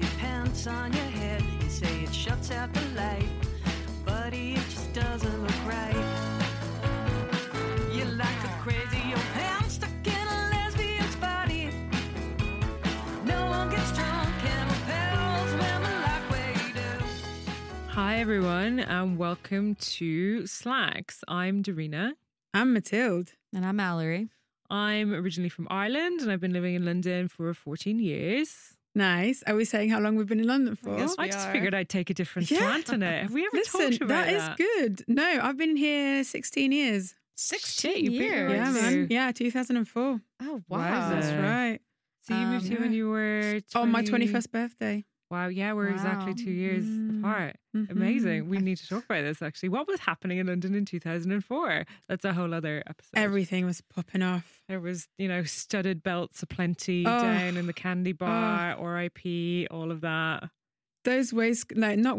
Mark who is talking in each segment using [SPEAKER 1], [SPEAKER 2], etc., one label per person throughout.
[SPEAKER 1] lights on your head. You say it shuts out the light, buddy, it just doesn't look right. You're like a crazy old ham stuck in a lesbian's body. No one gets drunk and repels women like we do.
[SPEAKER 2] Hi, everyone, and welcome to Slacks. I'm Darina.
[SPEAKER 3] I'm Matilde.
[SPEAKER 4] And I'm Mallory.
[SPEAKER 2] I'm originally from Ireland and I've been living in London for 14 years.
[SPEAKER 3] Nice. Are we saying how long we've been in London for?
[SPEAKER 4] guess
[SPEAKER 2] I
[SPEAKER 4] we
[SPEAKER 2] just
[SPEAKER 4] are.
[SPEAKER 2] figured I'd take a different
[SPEAKER 3] Yeah.
[SPEAKER 2] slant on it. Have we ever
[SPEAKER 3] Listen,
[SPEAKER 2] talked about
[SPEAKER 3] that is good. No, I've been here 16 years.
[SPEAKER 4] 16
[SPEAKER 2] you're bigger
[SPEAKER 4] years.
[SPEAKER 2] than
[SPEAKER 3] Yeah,
[SPEAKER 2] Nice.
[SPEAKER 3] man. Yeah, 2004.
[SPEAKER 4] Oh,
[SPEAKER 2] Wow.
[SPEAKER 4] wow.
[SPEAKER 3] That's
[SPEAKER 2] Uh,
[SPEAKER 3] right.
[SPEAKER 2] So you moved
[SPEAKER 4] Um,
[SPEAKER 2] here when you were 20...
[SPEAKER 3] On oh, my 21st birthday.
[SPEAKER 2] Wow, yeah, we're exactly
[SPEAKER 4] Wow.
[SPEAKER 2] two years
[SPEAKER 3] Mm.
[SPEAKER 2] apart.
[SPEAKER 3] Mhm.
[SPEAKER 2] Amazing. We need to talk about this actually. What was happening in London in 2004? That's a whole other episode.
[SPEAKER 3] Everything was popping off.
[SPEAKER 2] There was, you know, studded belts aplenty
[SPEAKER 3] Oh.
[SPEAKER 2] down in the candy bar, RIP, all of that.
[SPEAKER 3] Those waist, no, not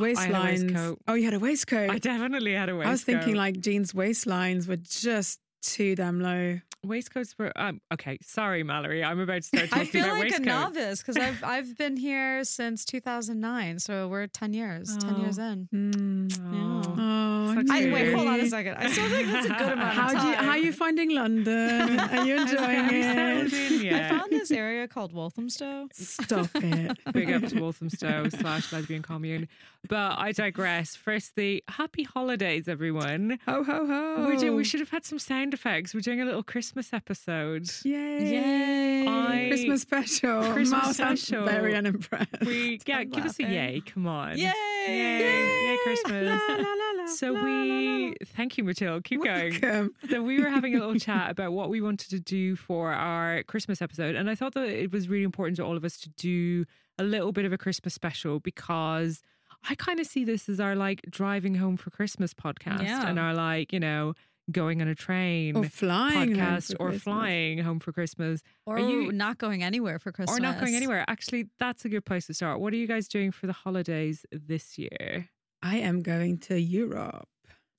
[SPEAKER 2] I had a
[SPEAKER 3] waistlines.
[SPEAKER 2] waistcoat.
[SPEAKER 3] Oh, you had a waistcoat.
[SPEAKER 2] I definitely had a waistcoat.
[SPEAKER 3] I was thinking like jeans waistlines were just too damn low.
[SPEAKER 2] waistcoats were. Um, okay, sorry, Mallory. I'm about to start talking
[SPEAKER 4] I feel
[SPEAKER 2] about
[SPEAKER 4] like
[SPEAKER 2] waistcoats.
[SPEAKER 4] a novice because I've I've been here since 2009, so we're 10 years, 10 years
[SPEAKER 2] Oh.
[SPEAKER 4] in.
[SPEAKER 3] Mm.
[SPEAKER 2] Oh.
[SPEAKER 3] Oh,
[SPEAKER 2] Sucks
[SPEAKER 4] I, wait,
[SPEAKER 2] Dude.
[SPEAKER 4] hold on a second. I still think that's a good amount
[SPEAKER 3] How
[SPEAKER 4] of time.
[SPEAKER 3] do you, how are you finding London? Are you enjoying
[SPEAKER 2] Have you settled
[SPEAKER 3] it?
[SPEAKER 2] in
[SPEAKER 4] I
[SPEAKER 2] yet?
[SPEAKER 4] found this area called Walthamstow.
[SPEAKER 3] Stop it.
[SPEAKER 2] Big up to Walthamstow slash lesbian commune. But I digress. Firstly, happy holidays, everyone.
[SPEAKER 3] Ho ho ho.
[SPEAKER 2] We're doing, we should have had some sound effects. We're doing a little Christmas episode.
[SPEAKER 3] Yay.
[SPEAKER 4] Yay.
[SPEAKER 2] I-
[SPEAKER 3] Christmas special.
[SPEAKER 2] Christmas
[SPEAKER 3] Miles, I'm
[SPEAKER 2] special.
[SPEAKER 3] Very unimpressed.
[SPEAKER 2] We yeah,
[SPEAKER 4] I'm
[SPEAKER 2] give us a
[SPEAKER 4] laughing.
[SPEAKER 2] yay. Come on.
[SPEAKER 4] Yay.
[SPEAKER 2] Yay. Yay,
[SPEAKER 3] La,
[SPEAKER 2] Christmas.
[SPEAKER 3] la, la, la,
[SPEAKER 2] So
[SPEAKER 3] la, la, la,
[SPEAKER 2] we
[SPEAKER 3] la.
[SPEAKER 2] thank you, Matilda. Keep going.
[SPEAKER 3] Welcome.
[SPEAKER 2] So we were having a little chat about what we wanted to do for our Christmas episode, and I thought that it was really important to all of us to do a little bit of a Christmas special because I kind of see this as our like driving home for Christmas podcast
[SPEAKER 4] Yeah.
[SPEAKER 2] and our like you know going on a train
[SPEAKER 3] Or flying. home
[SPEAKER 2] podcast
[SPEAKER 3] for
[SPEAKER 2] or
[SPEAKER 3] Christmas.
[SPEAKER 2] flying home for Christmas
[SPEAKER 4] Or
[SPEAKER 2] Are you-
[SPEAKER 4] not going anywhere for Christmas.
[SPEAKER 2] or not going anywhere. Actually, that's a good place to start. What are you guys doing for the holidays this year?
[SPEAKER 3] I am going to Europe.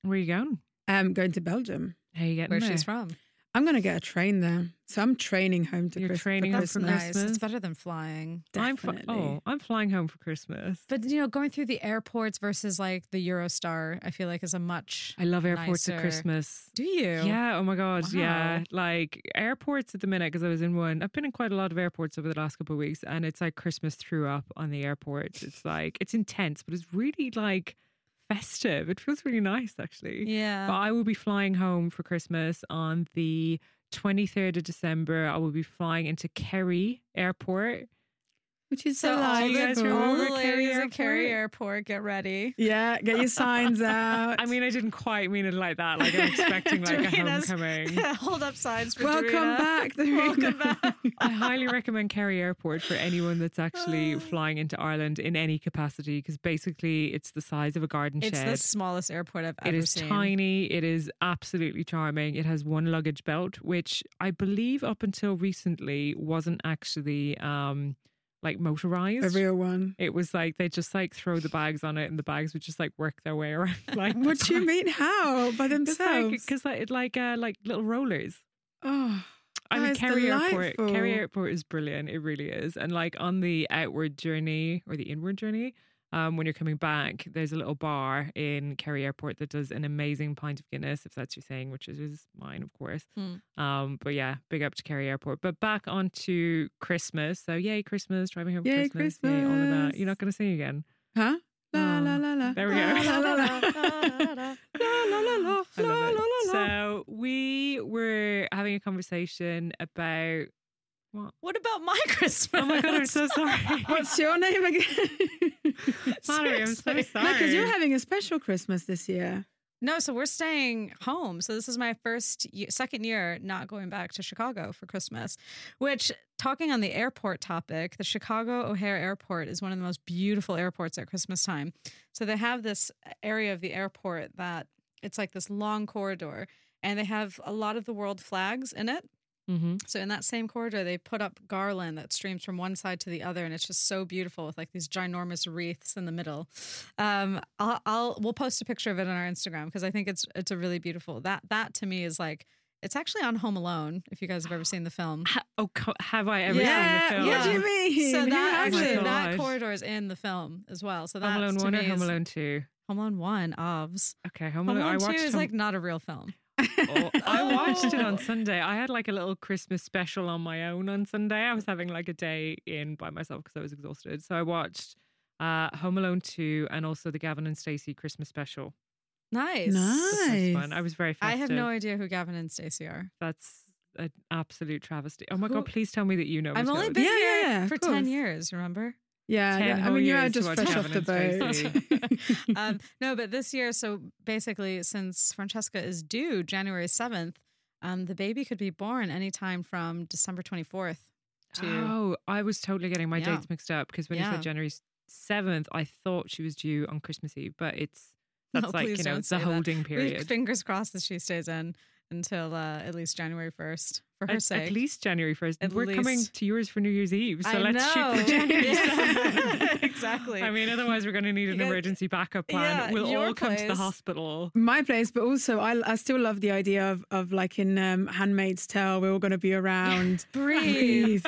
[SPEAKER 2] Where are you going?
[SPEAKER 3] I'm going to Belgium.
[SPEAKER 2] How are you getting
[SPEAKER 4] Where
[SPEAKER 2] there?
[SPEAKER 4] she's from.
[SPEAKER 3] I'm going to get a train there. So I'm training home to
[SPEAKER 2] You're
[SPEAKER 3] Christmas.
[SPEAKER 2] training home
[SPEAKER 4] That's
[SPEAKER 2] for
[SPEAKER 4] nice.
[SPEAKER 2] Christmas.
[SPEAKER 4] It's better than flying.
[SPEAKER 2] I'm fl- oh, I'm flying home for Christmas.
[SPEAKER 4] But you know, going through the airports versus like the Eurostar, I feel like is a much.
[SPEAKER 2] I love airports at
[SPEAKER 4] nicer.
[SPEAKER 2] Christmas.
[SPEAKER 4] Do you?
[SPEAKER 2] Yeah. Oh my God. Yeah.
[SPEAKER 4] Wow.
[SPEAKER 2] Like airports at the minute, because I was in one. I've been in quite a lot of airports over the last couple of weeks, and it's like Christmas threw up on the airports. It's like, it's intense, but it's really like festive. It feels really nice, actually.
[SPEAKER 4] Yeah.
[SPEAKER 2] But I will be flying home for Christmas on the 23rd of December. I will be flying into Kerry Airport.
[SPEAKER 3] Which is
[SPEAKER 4] So
[SPEAKER 3] so
[SPEAKER 4] all
[SPEAKER 2] Do you guys
[SPEAKER 4] the, all
[SPEAKER 2] remember
[SPEAKER 4] the
[SPEAKER 2] Kerry
[SPEAKER 4] ladies at Kerry
[SPEAKER 2] Airport?
[SPEAKER 4] Airport, get ready.
[SPEAKER 3] Yeah, get your signs out.
[SPEAKER 2] I mean, I didn't quite mean it like that. Like, I'm expecting like a
[SPEAKER 4] Dorena's-
[SPEAKER 2] homecoming.
[SPEAKER 4] Hold up signs for
[SPEAKER 3] welcome
[SPEAKER 4] Dorina.
[SPEAKER 3] back.
[SPEAKER 4] Welcome back.
[SPEAKER 2] I highly recommend Kerry Airport for anyone that's
[SPEAKER 3] Ah.
[SPEAKER 2] actually flying into Ireland in any capacity because basically it's the size of a garden
[SPEAKER 4] It's
[SPEAKER 2] shed.
[SPEAKER 4] the smallest airport I've
[SPEAKER 2] it
[SPEAKER 4] ever
[SPEAKER 2] is
[SPEAKER 4] seen.
[SPEAKER 2] tiny. It is absolutely charming. It has one luggage belt, which I believe up until recently wasn't actually um like motorized.
[SPEAKER 3] A real one.
[SPEAKER 2] it was like they just like throw the bags on it, and the bags would just like work their way around. Like
[SPEAKER 3] What do you mean? How? By themselves?
[SPEAKER 2] Because like, it like uh, like little rollers.
[SPEAKER 3] oh,
[SPEAKER 2] I
[SPEAKER 3] That
[SPEAKER 2] mean,
[SPEAKER 3] is
[SPEAKER 2] Kerry Airport. Kerry
[SPEAKER 3] delightful.
[SPEAKER 2] Airport is brilliant. It really is. And like on the outward journey or the inward journey, um, when you're coming back, there's a little bar in Kerry Airport that does an amazing pint of Guinness, if that's your thing, which is- is mine, of course.
[SPEAKER 4] Mm.
[SPEAKER 3] Hmm.
[SPEAKER 2] Um, but yeah, big up to Kerry Airport. But back onto Christmas. So yay, Christmas! Driving home, for
[SPEAKER 3] Yay,
[SPEAKER 2] Christmas, yay, all of that. You're not
[SPEAKER 3] Christmas.
[SPEAKER 2] going to sing again.
[SPEAKER 3] huh? La la
[SPEAKER 2] Oh,
[SPEAKER 3] la la.
[SPEAKER 2] there we
[SPEAKER 3] la,
[SPEAKER 2] go.
[SPEAKER 3] La la la. La, la, la, la,
[SPEAKER 2] I love
[SPEAKER 3] la,
[SPEAKER 2] it.
[SPEAKER 3] la, la.
[SPEAKER 2] So we were having a conversation about.
[SPEAKER 4] What about my Christmas?
[SPEAKER 2] Oh my god, I'm so sorry.
[SPEAKER 3] What's your name again?
[SPEAKER 2] Mallory, I'm so
[SPEAKER 4] Seriously.
[SPEAKER 2] sorry.
[SPEAKER 3] because you're having a special Christmas this year.
[SPEAKER 4] No, so we're staying home. So this is my first, ye- second year not going back to Chicago for Christmas. Which, talking on the airport topic, the Chicago O'Hare Airport is one of the most beautiful airports at Christmas time. So they have this uh, area of the airport that it's like this long corridor, and they have a lot of the world flags in it.
[SPEAKER 2] hmm
[SPEAKER 4] So in that same corridor, they put up garland that streams from one side to the other, and it's just so beautiful with like these ginormous wreaths in the middle. Um, I'll, I'll we'll post a picture of it on our Instagram because I think it's it's a really beautiful that that to me is like It's actually on Home Alone, if you guys have ever seen the film.
[SPEAKER 2] Ha- oh, co- have I ever seen
[SPEAKER 4] Yeah,
[SPEAKER 2] the film?
[SPEAKER 3] What do you mean?
[SPEAKER 4] So
[SPEAKER 3] Who
[SPEAKER 4] that
[SPEAKER 2] Oh my
[SPEAKER 4] actually
[SPEAKER 3] hasn't?
[SPEAKER 4] that
[SPEAKER 2] gosh.
[SPEAKER 4] corridor is in the film as well. So that's
[SPEAKER 2] Home Alone
[SPEAKER 4] to
[SPEAKER 2] One or
[SPEAKER 4] me
[SPEAKER 2] Home
[SPEAKER 4] is-
[SPEAKER 2] Alone Two?
[SPEAKER 4] Home Alone One, ofs.
[SPEAKER 2] Okay, Home
[SPEAKER 4] Home
[SPEAKER 2] Alone.
[SPEAKER 4] Alone
[SPEAKER 2] I
[SPEAKER 4] Two
[SPEAKER 2] watched
[SPEAKER 4] is
[SPEAKER 2] Home-
[SPEAKER 4] like not a real film.
[SPEAKER 2] Oh, I watched it on
[SPEAKER 4] Oh.
[SPEAKER 2] Sunday. I had like a little Christmas special on my own on Sunday. I was having like a day in by myself because I was exhausted. So I watched uh, Home Alone 2 and also the Gavin and Stacey Christmas special.
[SPEAKER 4] Nice.
[SPEAKER 2] That was
[SPEAKER 3] Nice.
[SPEAKER 2] fun. I was very
[SPEAKER 4] I
[SPEAKER 2] festive.
[SPEAKER 4] have no idea who Gavin and Stacey are.
[SPEAKER 2] That's an absolute travesty. Oh my
[SPEAKER 4] Who-
[SPEAKER 2] God, please tell me that you know.
[SPEAKER 4] I've
[SPEAKER 2] as
[SPEAKER 4] only
[SPEAKER 2] well.
[SPEAKER 4] been
[SPEAKER 3] Yeah,
[SPEAKER 4] here
[SPEAKER 3] yeah, of
[SPEAKER 4] for ten
[SPEAKER 3] course.
[SPEAKER 4] years. Remember?
[SPEAKER 3] Yeah,
[SPEAKER 2] Ten
[SPEAKER 3] yeah. I
[SPEAKER 2] whole
[SPEAKER 3] mean, you're
[SPEAKER 2] years to
[SPEAKER 3] just
[SPEAKER 2] watch
[SPEAKER 3] fresh off
[SPEAKER 2] Gavin
[SPEAKER 3] the
[SPEAKER 2] and
[SPEAKER 3] boat.
[SPEAKER 4] um, no, but this year, so basically, since Francesca is due January seventh, um, the baby could be born anytime from December twenty fourth to.
[SPEAKER 2] Oh, I was totally getting my
[SPEAKER 4] Yeah.
[SPEAKER 2] dates mixed up because when you
[SPEAKER 4] Yeah.
[SPEAKER 2] said January 7th, I thought she was due on Christmas Eve, but it's.
[SPEAKER 4] No,
[SPEAKER 2] That's like,
[SPEAKER 4] please
[SPEAKER 2] you know,
[SPEAKER 4] don't
[SPEAKER 2] it's the
[SPEAKER 4] say that.
[SPEAKER 2] holding
[SPEAKER 4] We-
[SPEAKER 2] period.
[SPEAKER 4] Fingers crossed that she stays in until uh, at least January first for her
[SPEAKER 2] at,
[SPEAKER 4] sake.
[SPEAKER 2] at least January 1st.
[SPEAKER 4] At
[SPEAKER 2] We're coming
[SPEAKER 4] least.
[SPEAKER 2] to yours for New Year's Eve. So
[SPEAKER 4] I
[SPEAKER 2] let's shoot for
[SPEAKER 4] know.
[SPEAKER 2] January
[SPEAKER 4] Yeah.
[SPEAKER 2] 7th.
[SPEAKER 4] Exactly.
[SPEAKER 2] I mean, otherwise, we're going to need an
[SPEAKER 4] Because-
[SPEAKER 2] emergency backup plan.
[SPEAKER 4] yeah,
[SPEAKER 2] we'll
[SPEAKER 4] your
[SPEAKER 2] all come to the
[SPEAKER 4] place.
[SPEAKER 2] hospital.
[SPEAKER 3] My place, but also I, I still love the idea of, of like in um, Handmaid's Tale, we're all going to be around.
[SPEAKER 4] breathe.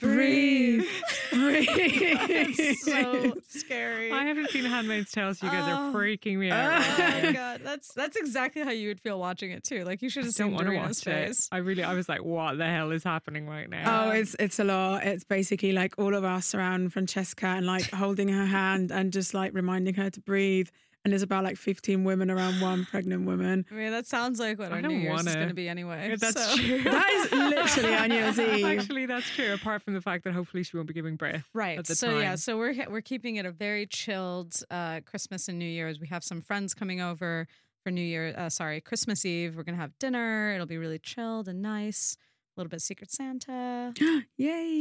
[SPEAKER 3] breathe, breathe, breathe.
[SPEAKER 4] That's so scary.
[SPEAKER 2] I haven't seen Handmaid's Tale, so you guys are
[SPEAKER 4] Oh.
[SPEAKER 2] freaking me out.
[SPEAKER 4] Oh
[SPEAKER 2] right
[SPEAKER 4] my
[SPEAKER 2] now.
[SPEAKER 4] god, that's that's exactly how you would feel watching it too. Like you should
[SPEAKER 2] I
[SPEAKER 4] have
[SPEAKER 2] don't
[SPEAKER 4] seen
[SPEAKER 2] want to
[SPEAKER 4] Dorina's
[SPEAKER 2] watch it.
[SPEAKER 4] face.
[SPEAKER 2] I really, I was like, what the hell is happening right now?
[SPEAKER 3] Oh,
[SPEAKER 4] Um,
[SPEAKER 3] it's it's a lot. It's basically like all of us around Francesca and like holding her hand and just like reminding her to breathe. And there's about like 15 women around one pregnant woman.
[SPEAKER 4] I mean, that sounds like what
[SPEAKER 2] I
[SPEAKER 4] our
[SPEAKER 2] don't
[SPEAKER 4] New Year's is
[SPEAKER 2] wanna.
[SPEAKER 4] going to be anyway.
[SPEAKER 2] Yeah, That's
[SPEAKER 4] so-
[SPEAKER 2] true.
[SPEAKER 3] That is literally our New Year's Eve.
[SPEAKER 2] Actually, that's true. Apart from the fact that hopefully she won't be giving birth.
[SPEAKER 4] Right.
[SPEAKER 2] at the
[SPEAKER 4] So yeah,
[SPEAKER 2] time.
[SPEAKER 4] so we're he- we're keeping it a very chilled uh, Christmas and New Year's. We have some friends coming over for New Year. Uh, sorry, Christmas Eve. We're gonna have dinner. It'll be really chilled and nice. A little bit Secret Santa.
[SPEAKER 3] Yay.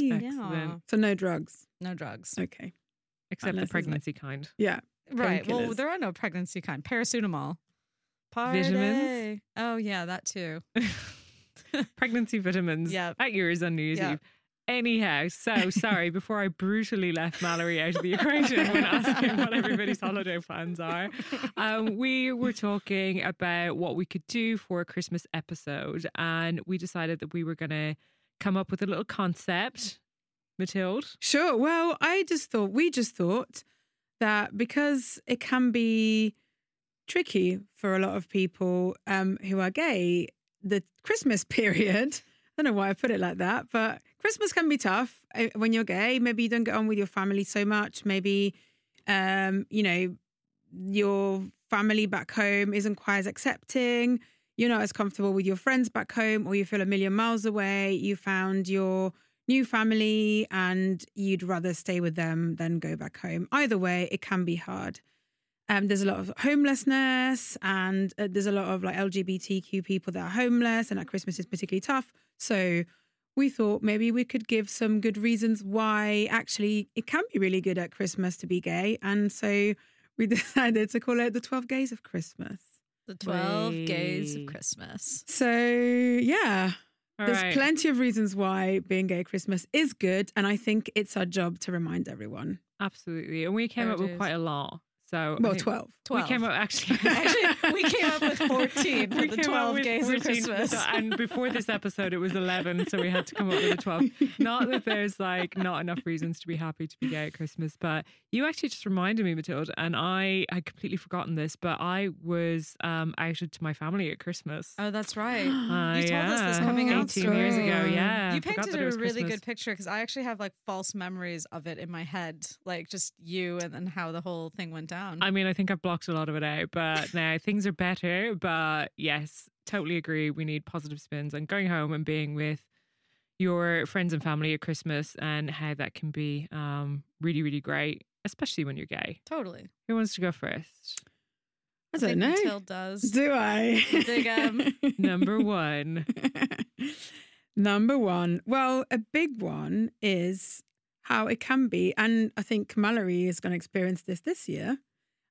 [SPEAKER 4] Yeah.
[SPEAKER 2] Excellent.
[SPEAKER 3] So no drugs.
[SPEAKER 4] No drugs.
[SPEAKER 3] Okay.
[SPEAKER 2] Except
[SPEAKER 3] Unless
[SPEAKER 2] the
[SPEAKER 3] it's like-
[SPEAKER 2] pregnancy kind.
[SPEAKER 4] Right. Well,
[SPEAKER 3] painkillers.
[SPEAKER 4] there are no pregnancy kind. Paracetamol. Party.
[SPEAKER 2] Vitamins?
[SPEAKER 4] Oh yeah, that too.
[SPEAKER 2] pregnancy vitamins
[SPEAKER 4] Yep.
[SPEAKER 2] at yours on New Year's
[SPEAKER 4] Yep.
[SPEAKER 2] Eve. Anyhow, so sorry, before I brutally left Mallory out of the equation when asking what everybody's holiday plans are, um, we were talking about what we could do for a Christmas episode. And we decided that we were going to come up with a little concept. Mathilde?
[SPEAKER 3] Sure. Well, I just thought, we just thought that because it can be tricky for a lot of people um, who are gay, the Christmas period, I don't know why I put it like that, but Christmas can be tough eh, when you're gay. Maybe you don't get on with your family so much. Maybe, um, you know, your family back home isn't quite as accepting. You're not as comfortable with your friends back home, or you feel a million miles away. You found your new family and you'd rather stay with them than go back home. Either way, it can be hard. Um, there's a lot of homelessness and uh, there's a lot of like LGBTQ people that are homeless, and at Christmas is particularly tough. So we thought maybe we could give some good reasons why actually it can be really good at Christmas to be gay. And so we decided to call it the 12 Gays of Christmas.
[SPEAKER 4] The twelve gays of
[SPEAKER 2] Wait.
[SPEAKER 4] Christmas.
[SPEAKER 3] So yeah,
[SPEAKER 2] All
[SPEAKER 3] there's
[SPEAKER 2] right.
[SPEAKER 3] plenty of reasons why being gay at Christmas is good, and I think it's our job to remind everyone.
[SPEAKER 2] Absolutely. And we came
[SPEAKER 4] There
[SPEAKER 2] up
[SPEAKER 4] it
[SPEAKER 2] with
[SPEAKER 4] is.
[SPEAKER 2] quite a lot. So I
[SPEAKER 3] Well,
[SPEAKER 2] think
[SPEAKER 3] twelve.
[SPEAKER 2] We came
[SPEAKER 4] 12.
[SPEAKER 2] up actually.
[SPEAKER 4] Actually, we came up with 14 for
[SPEAKER 2] We
[SPEAKER 4] the
[SPEAKER 2] came up
[SPEAKER 4] 12
[SPEAKER 2] with
[SPEAKER 4] Gays of
[SPEAKER 2] 14 for the-
[SPEAKER 4] Christmas.
[SPEAKER 2] And before this episode, it was 11, so we had to come up with a 12. Not that there's like not enough reasons to be happy to be gay at Christmas, but you actually just reminded me, Matilda, and I had completely forgotten this, but I was um, outed to my family at Christmas.
[SPEAKER 4] Oh, that's right.
[SPEAKER 2] Uh,
[SPEAKER 4] You told us this
[SPEAKER 2] yeah,
[SPEAKER 4] coming out
[SPEAKER 2] 18 years ago,
[SPEAKER 3] soon.
[SPEAKER 2] yeah.
[SPEAKER 4] you
[SPEAKER 2] Ah, forgot
[SPEAKER 4] painted
[SPEAKER 2] that it
[SPEAKER 4] a
[SPEAKER 2] was
[SPEAKER 4] really
[SPEAKER 2] Christmas.
[SPEAKER 4] good picture because I actually have like false memories of it in my head, like just you and then how the whole thing went down.
[SPEAKER 2] I mean, I think I've blocked a lot of it out, but now things are better. But yes, totally agree. We need positive spins and going home and being with your friends and family at Christmas and how that can be um, really, really great, especially when you're gay.
[SPEAKER 4] totally.
[SPEAKER 2] Who wants to go first?
[SPEAKER 3] I don't
[SPEAKER 4] think
[SPEAKER 3] know.
[SPEAKER 4] Mathilde does.
[SPEAKER 3] Do I?
[SPEAKER 4] Dig 'em.
[SPEAKER 2] um, Number one.
[SPEAKER 3] Number one. Well, a big one is how it can be, and I think Mallory is going to experience this this year.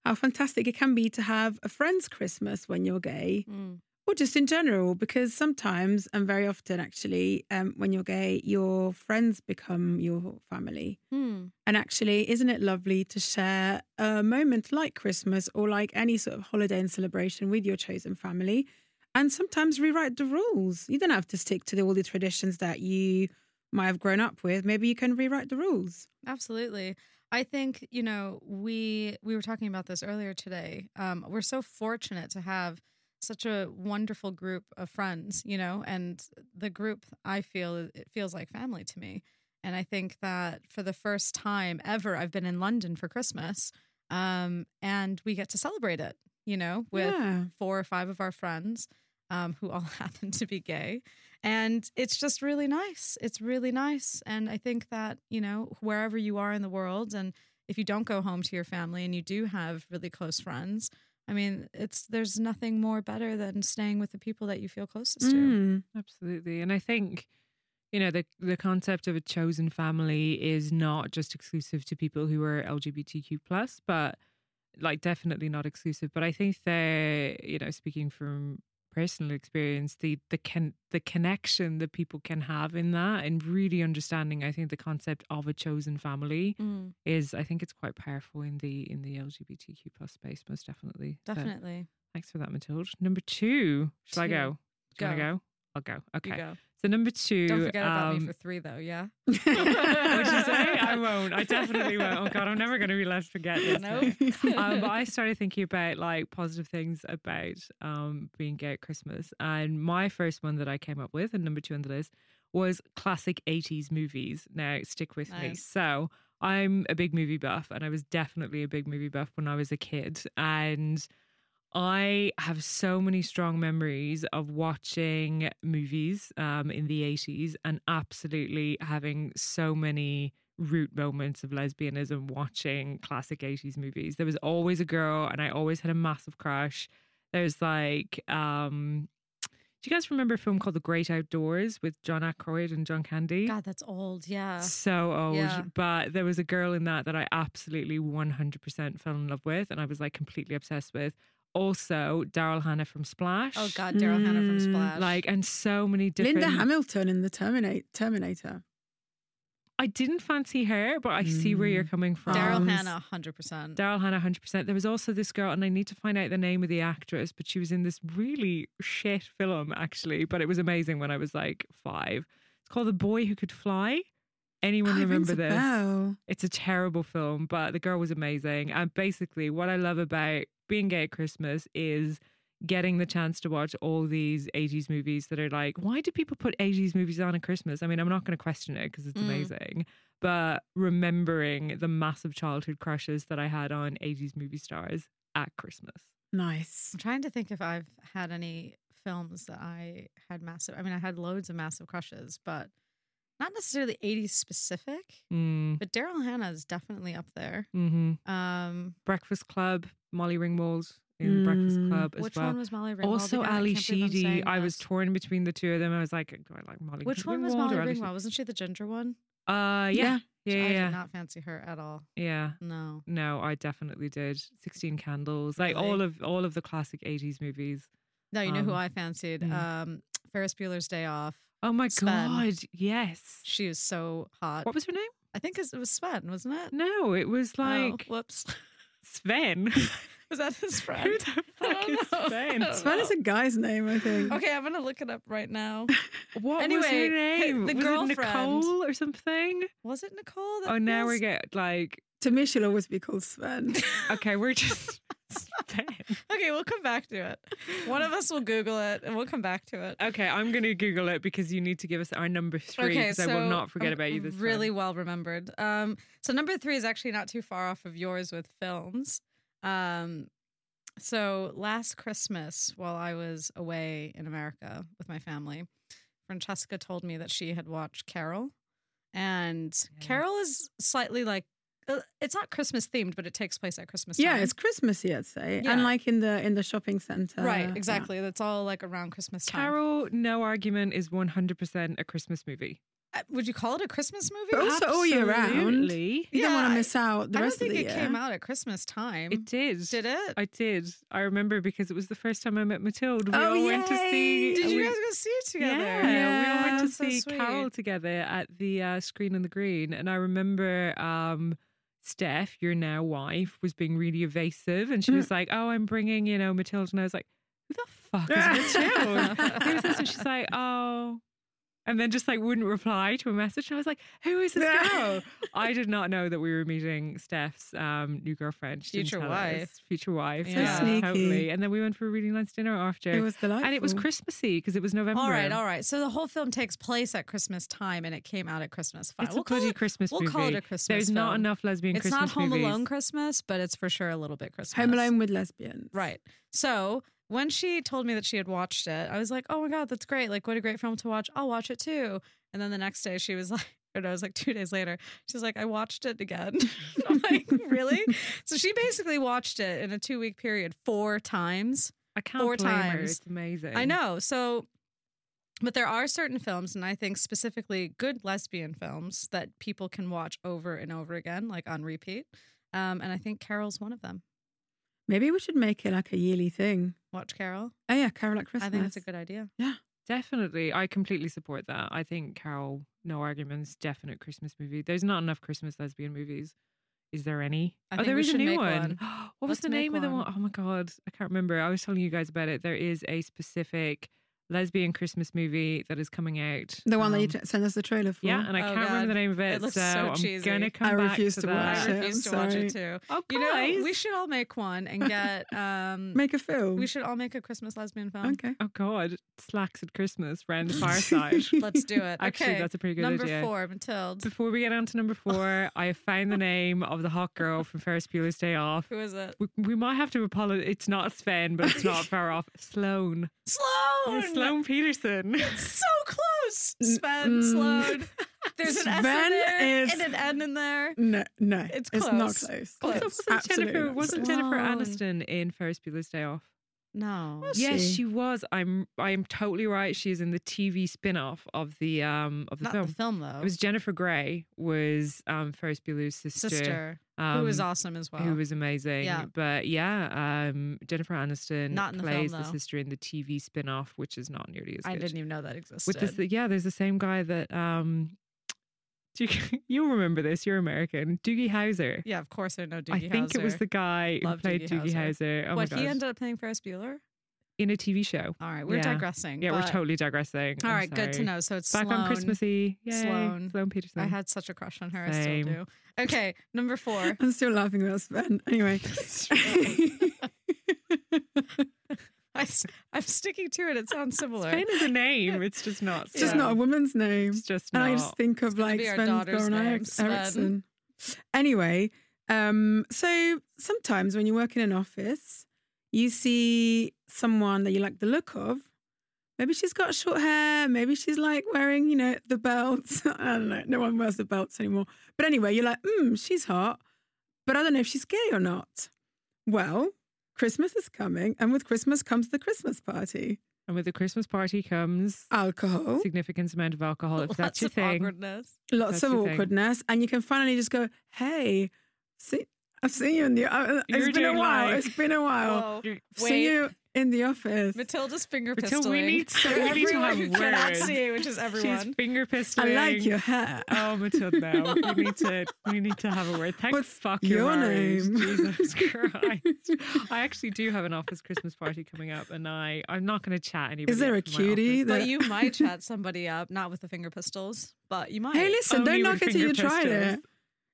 [SPEAKER 3] How fantastic it can be to have a friend's Christmas when you're gay.
[SPEAKER 4] Mm.
[SPEAKER 3] or just in general because sometimes and very often actually um, when you're gay your friends become your family
[SPEAKER 4] Hmm.
[SPEAKER 3] and actually isn't it lovely to share a moment like christmas or like any sort of holiday and celebration with your chosen family and sometimes rewrite the rules. You don't have to stick to the, all the traditions that you might have grown up with. Maybe you can rewrite the rules.
[SPEAKER 4] Absolutely. I think, you know, we we were talking about this earlier today. Um, we're so fortunate to have such a wonderful group of friends, you know, and the group I feel it feels like family to me. And I think that for the first time ever I've been in London for Christmas. Um, and we get to celebrate it, you know, with
[SPEAKER 3] yeah.
[SPEAKER 4] four or five of our friends um, who all happen to be gay. And it's just really nice. It's really nice. And I think that, you know, wherever you are in the world, and if you don't go home to your family and you do have really close friends, I mean, it's there's nothing more better than staying with the people that you feel closest to.
[SPEAKER 3] Mm.
[SPEAKER 2] Absolutely. And I think, you know, the the concept of a chosen family is not just exclusive to people who are LGBTQ plus, but like definitely not exclusive. But I think they're, you know, speaking from personal experience, the the can the connection that people can have in that and really understanding I think the concept of a chosen family
[SPEAKER 4] Mm,
[SPEAKER 2] is I think it's quite powerful in the in the LGBTQ plus space, most definitely. So
[SPEAKER 4] definitely.
[SPEAKER 2] thanks for that, Matilda. Number two. Shall I
[SPEAKER 4] Two.
[SPEAKER 2] go? Do you want to
[SPEAKER 4] Go.
[SPEAKER 2] go? I'll go. Okay.
[SPEAKER 4] You go.
[SPEAKER 2] So number 2
[SPEAKER 4] Don't forget about me
[SPEAKER 2] um,
[SPEAKER 4] for three though, yeah?
[SPEAKER 3] Mm.
[SPEAKER 2] What'd you say? I won't. I definitely won't. Oh god, I'm never going to be left to forget this.
[SPEAKER 4] Nope.
[SPEAKER 2] um, but I started thinking about like positive things about um, being gay at Christmas, and my first one that I came up with, and number two on the list, was classic '80s movies. Now stick with me.
[SPEAKER 4] Nice.
[SPEAKER 2] So I'm a big movie buff, and I was definitely a big movie buff when I was a kid, and I have so many strong memories of watching movies um, in the 80s and absolutely having so many root moments of lesbianism watching classic 80s movies. There was always a girl, and I always had a massive crush. There's like, um, do you guys remember a film called The Great Outdoors with John Aykroyd and John Candy?
[SPEAKER 4] God, that's old, yeah.
[SPEAKER 2] so old.
[SPEAKER 4] Yeah.
[SPEAKER 2] But there was a girl in that that I absolutely 100% fell in love with and I was like completely obsessed with. Also, Daryl Hannah from Splash.
[SPEAKER 4] Oh God, Daryl Hannah from
[SPEAKER 3] Mm,
[SPEAKER 4] Splash.
[SPEAKER 2] Like, and so many different.
[SPEAKER 3] Linda Hamilton in the Terminate, Terminator.
[SPEAKER 2] I didn't fancy her, but I see where you're coming from.
[SPEAKER 4] Mm. Daryl
[SPEAKER 3] Bombs.
[SPEAKER 4] Hannah, hundred percent.
[SPEAKER 2] Daryl Hannah, 100%. There was also this girl, and I need to find out the name of the actress, but she was in this really shit film, actually. But it was amazing when I was like five. It's called The Boy Who Could Fly. Anyone
[SPEAKER 3] Oh, it rings
[SPEAKER 2] remember
[SPEAKER 3] a
[SPEAKER 2] this?
[SPEAKER 3] bell.
[SPEAKER 2] It's a terrible film, but the girl was amazing. And basically, what I love about being gay at Christmas is getting the chance to watch all these 80s movies that are like, why do people put 80s movies on at Christmas? I mean, I'm not going to question it because it's
[SPEAKER 4] Mm.
[SPEAKER 2] amazing. But remembering the massive childhood crushes that I had on 80s movie stars at Christmas.
[SPEAKER 3] Nice.
[SPEAKER 4] I'm trying to think if I've had any films that I had massive. I mean, I had loads of massive crushes, but not necessarily 80s specific.
[SPEAKER 2] Mm,
[SPEAKER 4] But Daryl Hannah is definitely up there.
[SPEAKER 2] hmm
[SPEAKER 4] Um,
[SPEAKER 2] Breakfast Club, Molly Ringwald in Breakfast
[SPEAKER 3] Mm.
[SPEAKER 2] Club as
[SPEAKER 4] which
[SPEAKER 2] well.
[SPEAKER 4] one was Molly Ringwald?
[SPEAKER 2] also,
[SPEAKER 4] Again, I
[SPEAKER 2] Ali
[SPEAKER 4] can't believe I'm
[SPEAKER 2] Sheedy.
[SPEAKER 4] saying
[SPEAKER 2] I was
[SPEAKER 4] this.
[SPEAKER 2] torn between the two of them. I was like, do I like Molly?
[SPEAKER 4] Which one was
[SPEAKER 2] Ringwald
[SPEAKER 4] Molly
[SPEAKER 2] or Ali Sheedy?
[SPEAKER 4] Ringwald? Wasn't she the ginger one?
[SPEAKER 2] Uh, yeah, yeah,
[SPEAKER 4] I
[SPEAKER 2] yeah,
[SPEAKER 4] did
[SPEAKER 2] yeah.
[SPEAKER 4] not fancy her at all.
[SPEAKER 2] yeah.
[SPEAKER 4] No.
[SPEAKER 2] No, I definitely did. Sixteen Candles, like
[SPEAKER 4] Really?
[SPEAKER 2] all of all of the classic eighties movies.
[SPEAKER 4] No, you know who
[SPEAKER 2] Um,
[SPEAKER 4] I fancied?
[SPEAKER 2] mm.
[SPEAKER 4] Um, Ferris Bueller's Day Off.
[SPEAKER 2] Oh my
[SPEAKER 4] Sven.
[SPEAKER 2] god, yes.
[SPEAKER 4] She is so hot.
[SPEAKER 2] What was her name?
[SPEAKER 4] I think it was Sven, wasn't it?
[SPEAKER 2] No, it was
[SPEAKER 4] Oh,
[SPEAKER 2] like
[SPEAKER 4] whoops.
[SPEAKER 2] Sven.
[SPEAKER 4] Was that his friend?
[SPEAKER 2] Who the fuck is
[SPEAKER 4] know.
[SPEAKER 2] Sven?
[SPEAKER 4] I don't
[SPEAKER 3] Sven is a guy's name, I think.
[SPEAKER 4] Okay, I'm gonna look it up right now.
[SPEAKER 2] What was
[SPEAKER 4] Anyway,
[SPEAKER 2] her name?
[SPEAKER 4] the
[SPEAKER 2] was it
[SPEAKER 4] girlfriend.
[SPEAKER 2] Nicole or something?
[SPEAKER 4] Was it Nicole? that
[SPEAKER 2] Oh, now we
[SPEAKER 4] was-
[SPEAKER 2] get like
[SPEAKER 3] To me, she'll always be called Sven.
[SPEAKER 2] okay, we're just Sven.
[SPEAKER 4] Okay, we'll come back to it. One of us will Google it, and we'll come back to it.
[SPEAKER 2] Okay, I'm gonna Google it because you need to give us our number three
[SPEAKER 4] okay,
[SPEAKER 2] because I will
[SPEAKER 4] so
[SPEAKER 2] not forget
[SPEAKER 4] I'm
[SPEAKER 2] about you this time.
[SPEAKER 4] Really well remembered. Um, so number three is actually not too far off of yours with films. Um, so last Christmas, while I was away in America with my family, Francesca told me that she had watched Carol, and
[SPEAKER 2] Yeah.
[SPEAKER 4] Carol is slightly like uh, it's not Christmas themed, but it takes place at Christmas.
[SPEAKER 3] yeah,
[SPEAKER 4] time.
[SPEAKER 3] it's Christmassy, I'd say.
[SPEAKER 4] Yeah.
[SPEAKER 3] And like in the in the shopping centre.
[SPEAKER 4] right,
[SPEAKER 3] Yeah.
[SPEAKER 4] exactly. That's all like around Christmas time.
[SPEAKER 2] Uh, Carol, no argument, is 100% a Christmas movie.
[SPEAKER 4] Uh, Would you call it a Christmas movie?
[SPEAKER 2] Oh,
[SPEAKER 3] But also all year round.
[SPEAKER 2] Absolutely.
[SPEAKER 3] You don't
[SPEAKER 4] Yeah,
[SPEAKER 3] want
[SPEAKER 4] I-
[SPEAKER 3] to miss out the
[SPEAKER 4] I don't
[SPEAKER 3] rest
[SPEAKER 4] think
[SPEAKER 3] of the
[SPEAKER 4] it
[SPEAKER 3] year.
[SPEAKER 4] came out at Christmas time.
[SPEAKER 2] It did.
[SPEAKER 4] Did it?
[SPEAKER 2] I did. I remember because it was the first time I met Matilda. We
[SPEAKER 3] Oh,
[SPEAKER 2] all went to see.
[SPEAKER 4] Did you
[SPEAKER 2] we-
[SPEAKER 4] guys go see it together?
[SPEAKER 2] Yeah, we all went
[SPEAKER 3] Yeah.
[SPEAKER 2] to see Carol together at the uh, screen on the green, and I remember um, Steph,
[SPEAKER 4] Mm.
[SPEAKER 2] your now wife, was being really evasive, and she was like, "Oh, I'm bringing you know Matilda," and I was like, who the fuck is Matilda? who is this? And she's like, oh. And then just like wouldn't reply to a message. And I was like, who is this girl? I did not know that we were meeting Steph's um, new girlfriend. She didn't
[SPEAKER 4] Future
[SPEAKER 2] tell us.
[SPEAKER 4] wife.
[SPEAKER 2] Future wife.
[SPEAKER 4] So
[SPEAKER 3] sneaky.
[SPEAKER 2] Totally. And then we went for a really nice dinner after.
[SPEAKER 3] It was delightful.
[SPEAKER 2] and it was Christmassy because it was November.
[SPEAKER 4] All right, all right. So the whole film takes place at Christmas time, and it came out at Christmas. Fine.
[SPEAKER 2] It's
[SPEAKER 4] We'll
[SPEAKER 2] a
[SPEAKER 4] call
[SPEAKER 2] bloody
[SPEAKER 4] it-
[SPEAKER 2] Christmas
[SPEAKER 4] we'll
[SPEAKER 2] movie.
[SPEAKER 4] call it a Christmas
[SPEAKER 2] There's not
[SPEAKER 4] film.
[SPEAKER 2] enough lesbian
[SPEAKER 4] It's
[SPEAKER 2] Christmas
[SPEAKER 4] not Home
[SPEAKER 2] movies.
[SPEAKER 4] Alone Christmas, but it's for sure a little bit Christmas.
[SPEAKER 3] Home Alone with lesbians.
[SPEAKER 4] Right. So when she told me that she had watched it, I was like, oh my God, that's great. Like, what a great film to watch. I'll watch it too. And then the next day, she was like, or no, it was like two days later. She's like, I watched it again. I'm like, really? So she basically watched it in a two week period four times.
[SPEAKER 2] I can't
[SPEAKER 4] Four
[SPEAKER 2] blame her.
[SPEAKER 4] times.
[SPEAKER 2] It's amazing.
[SPEAKER 4] I know. So, but there are certain films, and I think specifically good lesbian films that people can watch over and over again, like on repeat. Um, and I think Carol's one of them.
[SPEAKER 3] Maybe we should make it like a yearly thing.
[SPEAKER 4] Watch Carol.
[SPEAKER 3] Oh yeah, Carol at Christmas.
[SPEAKER 4] I think that's a good idea.
[SPEAKER 2] Definitely. I completely support that. I think Carol, no arguments, definite Christmas movie. There's not enough Christmas lesbian movies. Is there any?
[SPEAKER 4] I
[SPEAKER 2] oh,
[SPEAKER 4] think
[SPEAKER 2] there
[SPEAKER 4] we
[SPEAKER 2] is a
[SPEAKER 4] should
[SPEAKER 2] new
[SPEAKER 4] make
[SPEAKER 2] one. what was
[SPEAKER 4] Let's
[SPEAKER 2] the name
[SPEAKER 4] make
[SPEAKER 2] of the
[SPEAKER 4] one.
[SPEAKER 2] one? Oh my God. I can't remember. I was telling you guys about it. There is a specific lesbian Christmas movie that is coming out.
[SPEAKER 3] The one that you
[SPEAKER 2] Um,
[SPEAKER 3] t- sent us the trailer for.
[SPEAKER 2] Yeah, and I
[SPEAKER 4] Oh,
[SPEAKER 2] can't remember the
[SPEAKER 4] God.
[SPEAKER 2] name of it.
[SPEAKER 4] It looks
[SPEAKER 2] so,
[SPEAKER 4] so
[SPEAKER 2] I'm
[SPEAKER 4] cheesy.
[SPEAKER 2] going to come
[SPEAKER 3] I
[SPEAKER 2] back
[SPEAKER 3] refuse
[SPEAKER 2] to
[SPEAKER 3] to
[SPEAKER 2] that.
[SPEAKER 3] watch
[SPEAKER 4] I
[SPEAKER 3] it.
[SPEAKER 4] refuse to
[SPEAKER 3] I'm
[SPEAKER 4] watch it too.
[SPEAKER 2] Oh,
[SPEAKER 4] You know, we
[SPEAKER 2] guys.
[SPEAKER 4] should all make one and get. Um,
[SPEAKER 3] make a film.
[SPEAKER 4] we should all make a Christmas lesbian film.
[SPEAKER 3] Okay.
[SPEAKER 2] Oh God, slacks at Christmas round the fireside.
[SPEAKER 4] Let's do it.
[SPEAKER 2] Actually,
[SPEAKER 4] okay.
[SPEAKER 2] that's a pretty good
[SPEAKER 4] Number
[SPEAKER 2] idea.
[SPEAKER 4] four, Matilda.
[SPEAKER 2] Before we get on to number four, I have found the name of the hot girl from Ferris Bueller's Day Off.
[SPEAKER 4] Who is it?
[SPEAKER 2] We, we might have to apologize. It's not Sven, but it's not far off. Sloan.
[SPEAKER 4] Sloan.
[SPEAKER 2] Oh, Sloan Peterson.
[SPEAKER 4] So close. Sven
[SPEAKER 3] mm.
[SPEAKER 4] Sloan. There's an S in
[SPEAKER 3] Sven
[SPEAKER 4] there
[SPEAKER 3] is-
[SPEAKER 4] and an N in there.
[SPEAKER 3] No, no,
[SPEAKER 4] It's
[SPEAKER 3] not
[SPEAKER 4] close.
[SPEAKER 3] close.
[SPEAKER 4] Close.
[SPEAKER 2] Also,
[SPEAKER 4] It's
[SPEAKER 2] wasn't Jennifer,
[SPEAKER 3] absolutely
[SPEAKER 2] wasn't
[SPEAKER 4] close.
[SPEAKER 2] Jennifer
[SPEAKER 4] Sloan.
[SPEAKER 2] Aniston in Ferris Bueller's Day Off?
[SPEAKER 4] No.
[SPEAKER 3] Was
[SPEAKER 2] yes,
[SPEAKER 3] she?
[SPEAKER 2] she was. I'm I am totally right. She is in the TV spin-off of the um of the
[SPEAKER 4] Not
[SPEAKER 2] film.
[SPEAKER 4] the film though.
[SPEAKER 2] It was Jennifer Grey was um Ferris Bueller's sister.
[SPEAKER 4] sister, who was
[SPEAKER 2] um,
[SPEAKER 4] awesome as well.
[SPEAKER 2] Who was amazing.
[SPEAKER 4] Yeah.
[SPEAKER 2] But yeah, um, Jennifer Aniston
[SPEAKER 4] Not in the film,
[SPEAKER 2] plays
[SPEAKER 4] though.
[SPEAKER 2] sister in the TV spin off, which is not nearly as
[SPEAKER 4] I
[SPEAKER 2] good.
[SPEAKER 4] didn't even know that existed.
[SPEAKER 2] With this, yeah, there's the same guy that um, Doogie, you'll remember this. You're American. Doogie Howser.
[SPEAKER 4] yeah, of course, I know Doogie
[SPEAKER 2] I think it was
[SPEAKER 4] Howser.
[SPEAKER 2] the guy who
[SPEAKER 4] Love
[SPEAKER 2] played
[SPEAKER 4] Doogie
[SPEAKER 2] Doogie Howser. Oh
[SPEAKER 4] what
[SPEAKER 2] my gosh.
[SPEAKER 4] he ended up playing Ferris Bueller.
[SPEAKER 2] in a TV show.
[SPEAKER 4] All right, we're
[SPEAKER 2] Yeah.
[SPEAKER 4] digressing.
[SPEAKER 2] Yeah, we're
[SPEAKER 4] but-
[SPEAKER 2] totally digressing.
[SPEAKER 4] All
[SPEAKER 2] I'm
[SPEAKER 4] right, good to
[SPEAKER 2] sorry.
[SPEAKER 4] know. So it's
[SPEAKER 2] Back
[SPEAKER 4] Sloan.
[SPEAKER 2] on Christmassy. Yay.
[SPEAKER 4] Sloan.
[SPEAKER 2] Sloan Peterson.
[SPEAKER 4] I had such a crush on her.
[SPEAKER 2] Same.
[SPEAKER 4] I still do. Okay, number four.
[SPEAKER 3] I'm still laughing about Sven. Anyway.
[SPEAKER 4] I, am sticking to it. It sounds similar.
[SPEAKER 2] Pain is a name. It's just not.
[SPEAKER 3] It's just
[SPEAKER 2] Sloan.
[SPEAKER 3] not a woman's name.
[SPEAKER 2] It's just
[SPEAKER 3] And
[SPEAKER 2] not.
[SPEAKER 3] I just think of like
[SPEAKER 4] be our
[SPEAKER 3] Sven
[SPEAKER 4] daughter's
[SPEAKER 3] Goran
[SPEAKER 4] name,
[SPEAKER 3] Eric-
[SPEAKER 4] Sven.
[SPEAKER 3] Eriksson. Anyway, um, so sometimes when you work in an office, you see someone that you like the look of. Maybe she's got short hair. Maybe she's like wearing, you know, the belts. I don't know. No one wears the belts anymore. But anyway, you're like, hmm, she's hot. But I don't know if she's gay or not. Well, Christmas is coming. And with Christmas comes the Christmas party.
[SPEAKER 2] And with the Christmas party comes
[SPEAKER 3] Alcohol.
[SPEAKER 2] significant amount of alcohol if
[SPEAKER 4] Lots
[SPEAKER 2] that's your
[SPEAKER 4] of
[SPEAKER 2] thing.
[SPEAKER 4] awkwardness.
[SPEAKER 3] lots
[SPEAKER 2] That's
[SPEAKER 3] of
[SPEAKER 2] the thing.
[SPEAKER 3] awkwardness, and you can finally just go, "Hey, see, I've seen you in the. Uh,
[SPEAKER 2] You're
[SPEAKER 3] it's been a
[SPEAKER 2] doing
[SPEAKER 3] while.
[SPEAKER 2] like-
[SPEAKER 3] it's been a while.
[SPEAKER 4] Whoa.
[SPEAKER 2] You're-
[SPEAKER 3] I've seen you in the office.
[SPEAKER 4] Matilda's finger
[SPEAKER 2] Matilda,
[SPEAKER 4] pistoling.
[SPEAKER 2] we need to- we need to
[SPEAKER 4] everyone
[SPEAKER 2] have
[SPEAKER 4] who cannot
[SPEAKER 2] words.
[SPEAKER 4] see, which is
[SPEAKER 2] She's
[SPEAKER 4] everyone.
[SPEAKER 2] finger pistoling.
[SPEAKER 3] I like your hair.
[SPEAKER 2] Oh, Matilda, no. we need to we need to have a word. Thank
[SPEAKER 3] What's
[SPEAKER 2] fuck
[SPEAKER 3] your
[SPEAKER 2] you're married.
[SPEAKER 3] name?
[SPEAKER 2] Jesus Christ! I actually do have an office Christmas party coming up, and I I'm not going to chat anybody.
[SPEAKER 3] Is there
[SPEAKER 2] up
[SPEAKER 3] a
[SPEAKER 2] from my
[SPEAKER 3] cutie?
[SPEAKER 2] office.
[SPEAKER 3] That,
[SPEAKER 4] But you might chat somebody up, not with the finger pistols, but you might.
[SPEAKER 3] hey, listen,
[SPEAKER 2] Only
[SPEAKER 3] don't
[SPEAKER 2] with
[SPEAKER 3] knock it till you
[SPEAKER 2] finger
[SPEAKER 3] try it.
[SPEAKER 2] pistols.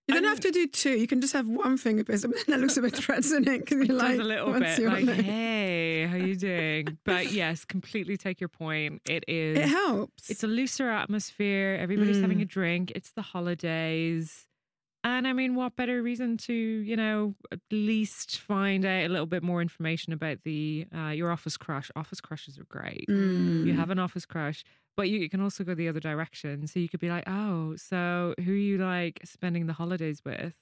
[SPEAKER 3] You don't
[SPEAKER 2] Oh, I'm-
[SPEAKER 3] have to do two. You can just have one finger pistol. But then that looks a bit threatening because you're
[SPEAKER 2] It
[SPEAKER 3] like,
[SPEAKER 2] does a little
[SPEAKER 3] "What's
[SPEAKER 2] bit
[SPEAKER 3] your
[SPEAKER 2] like,
[SPEAKER 3] name?"
[SPEAKER 2] hey, how you doing? But yes, completely take your point. It is.
[SPEAKER 3] It helps.
[SPEAKER 2] It's a looser atmosphere. Everybody's having
[SPEAKER 3] Mm.
[SPEAKER 2] a drink. It's the holidays. And I mean, what better reason to, you know, at least find out a little bit more information about the uh, your office crush. Office crushes are great.
[SPEAKER 3] Mm.
[SPEAKER 2] You have an office crush, but you, you can also go the other direction. So you could be like, oh, so who are you like spending the holidays with?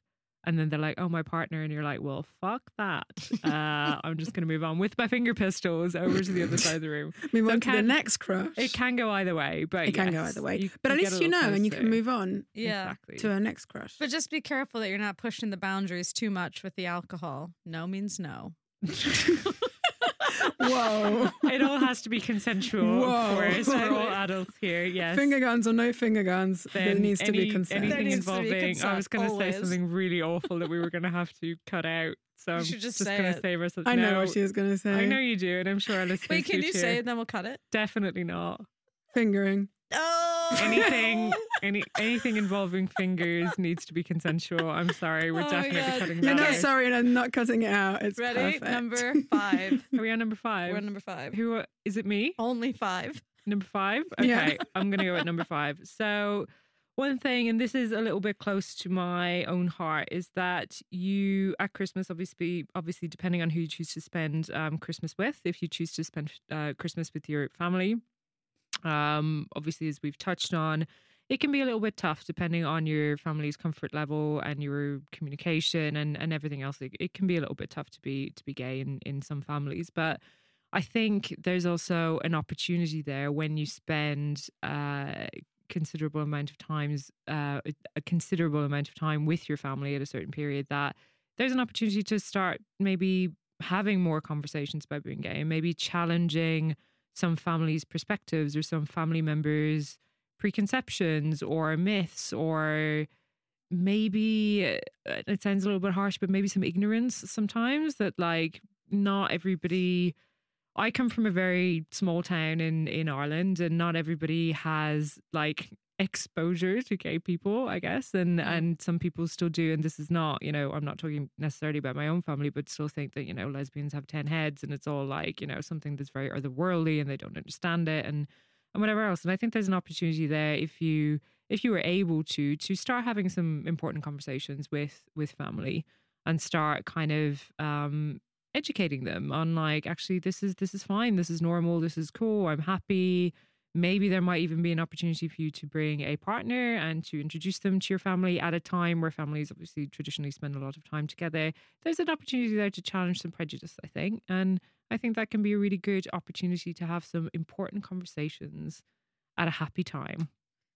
[SPEAKER 2] And then they're like, oh, my partner. And you're like, well, fuck that. Uh, I'm just going to move on with my finger pistols over to the other side of the room.
[SPEAKER 3] Move
[SPEAKER 2] so
[SPEAKER 3] on to the
[SPEAKER 2] can-
[SPEAKER 3] next crush.
[SPEAKER 2] It can go either way, but
[SPEAKER 3] It can go
[SPEAKER 2] yes,
[SPEAKER 3] either way. But at
[SPEAKER 2] get a
[SPEAKER 3] least you know,
[SPEAKER 2] little
[SPEAKER 3] and you can
[SPEAKER 2] closer.
[SPEAKER 3] move on
[SPEAKER 4] Yeah.
[SPEAKER 2] exactly.
[SPEAKER 3] to our next crush.
[SPEAKER 4] But just be careful that you're not pushing the boundaries too much with the alcohol. No means no.
[SPEAKER 3] Whoa.
[SPEAKER 2] It all has to be consensual,
[SPEAKER 3] Whoa.
[SPEAKER 2] of course. We're all adults here. Yes.
[SPEAKER 3] Finger guns or no finger guns, there
[SPEAKER 2] Then
[SPEAKER 3] needs to
[SPEAKER 2] any-
[SPEAKER 3] be consent.
[SPEAKER 4] There
[SPEAKER 2] Anything
[SPEAKER 4] needs to be
[SPEAKER 2] involving. I
[SPEAKER 4] consent,
[SPEAKER 2] was going to say
[SPEAKER 4] always.
[SPEAKER 2] something really awful that we were going to have to cut out. So
[SPEAKER 4] You
[SPEAKER 2] I'm
[SPEAKER 4] should just
[SPEAKER 2] just
[SPEAKER 4] say
[SPEAKER 2] going to
[SPEAKER 4] it.
[SPEAKER 2] save ourselves.
[SPEAKER 3] I know
[SPEAKER 2] No,
[SPEAKER 3] what she was going to say.
[SPEAKER 2] I know you do, and I'm sure our listeners
[SPEAKER 4] Wait, can
[SPEAKER 2] do
[SPEAKER 4] you
[SPEAKER 2] too.
[SPEAKER 4] say it and then we'll cut it?
[SPEAKER 2] Definitely not.
[SPEAKER 3] Fingering.
[SPEAKER 4] Oh,
[SPEAKER 2] Anything, any, anything involving fingers needs to be consensual. I'm sorry, we're
[SPEAKER 4] Oh my
[SPEAKER 2] definitely
[SPEAKER 4] God.
[SPEAKER 2] cutting
[SPEAKER 3] You're
[SPEAKER 2] that.
[SPEAKER 3] not
[SPEAKER 2] out.
[SPEAKER 3] sorry, and I'm not cutting it out. It's
[SPEAKER 4] Ready?
[SPEAKER 3] perfect.
[SPEAKER 4] Number five.
[SPEAKER 2] Are we on number 5
[SPEAKER 4] We're on number five.
[SPEAKER 2] Who are- is it? Me?
[SPEAKER 4] Only five.
[SPEAKER 2] Number five? Okay.
[SPEAKER 3] Yeah.
[SPEAKER 2] I'm going to go at number five. So, one thing, and this is a little bit close to my own heart, is that you at Christmas, obviously, obviously, depending on who you choose to spend um, Christmas with, if you choose to spend uh, Christmas with your family, um, obviously, as we've touched on, it can be a little bit tough depending on your family's comfort level and your communication and, and everything else. It, it can be a little bit tough to be to be gay in, in some families, but I think there's also an opportunity there when you spend uh, considerable amount of times uh, a- a considerable amount of time with your family at a certain period that there's an opportunity to start maybe having more conversations about being gay and maybe challenging some families' perspectives or some family members' preconceptions or myths or maybe uh, it sounds a little bit harsh, but maybe some ignorance sometimes that like not everybody. I come from a very small town in in Ireland, and not everybody has like exposure to gay people, I guess, and and some people still do. And this is not, you know, I'm not talking necessarily about my own family, but still think that you know lesbians have ten heads, and it's all like you know something that's very otherworldly, and they don't understand it, and and whatever else. And I think there's an opportunity there if you if you were able to to start having some important conversations with with family and start kind of um educating them on like actually this is this is fine this is normal this is cool i'm happy maybe there might even be an opportunity for you to bring a partner and to introduce them to your family at a time where families obviously traditionally spend a lot of time together there's an opportunity there to challenge some prejudice i think and i think that can be a really good opportunity to have some important conversations at a happy time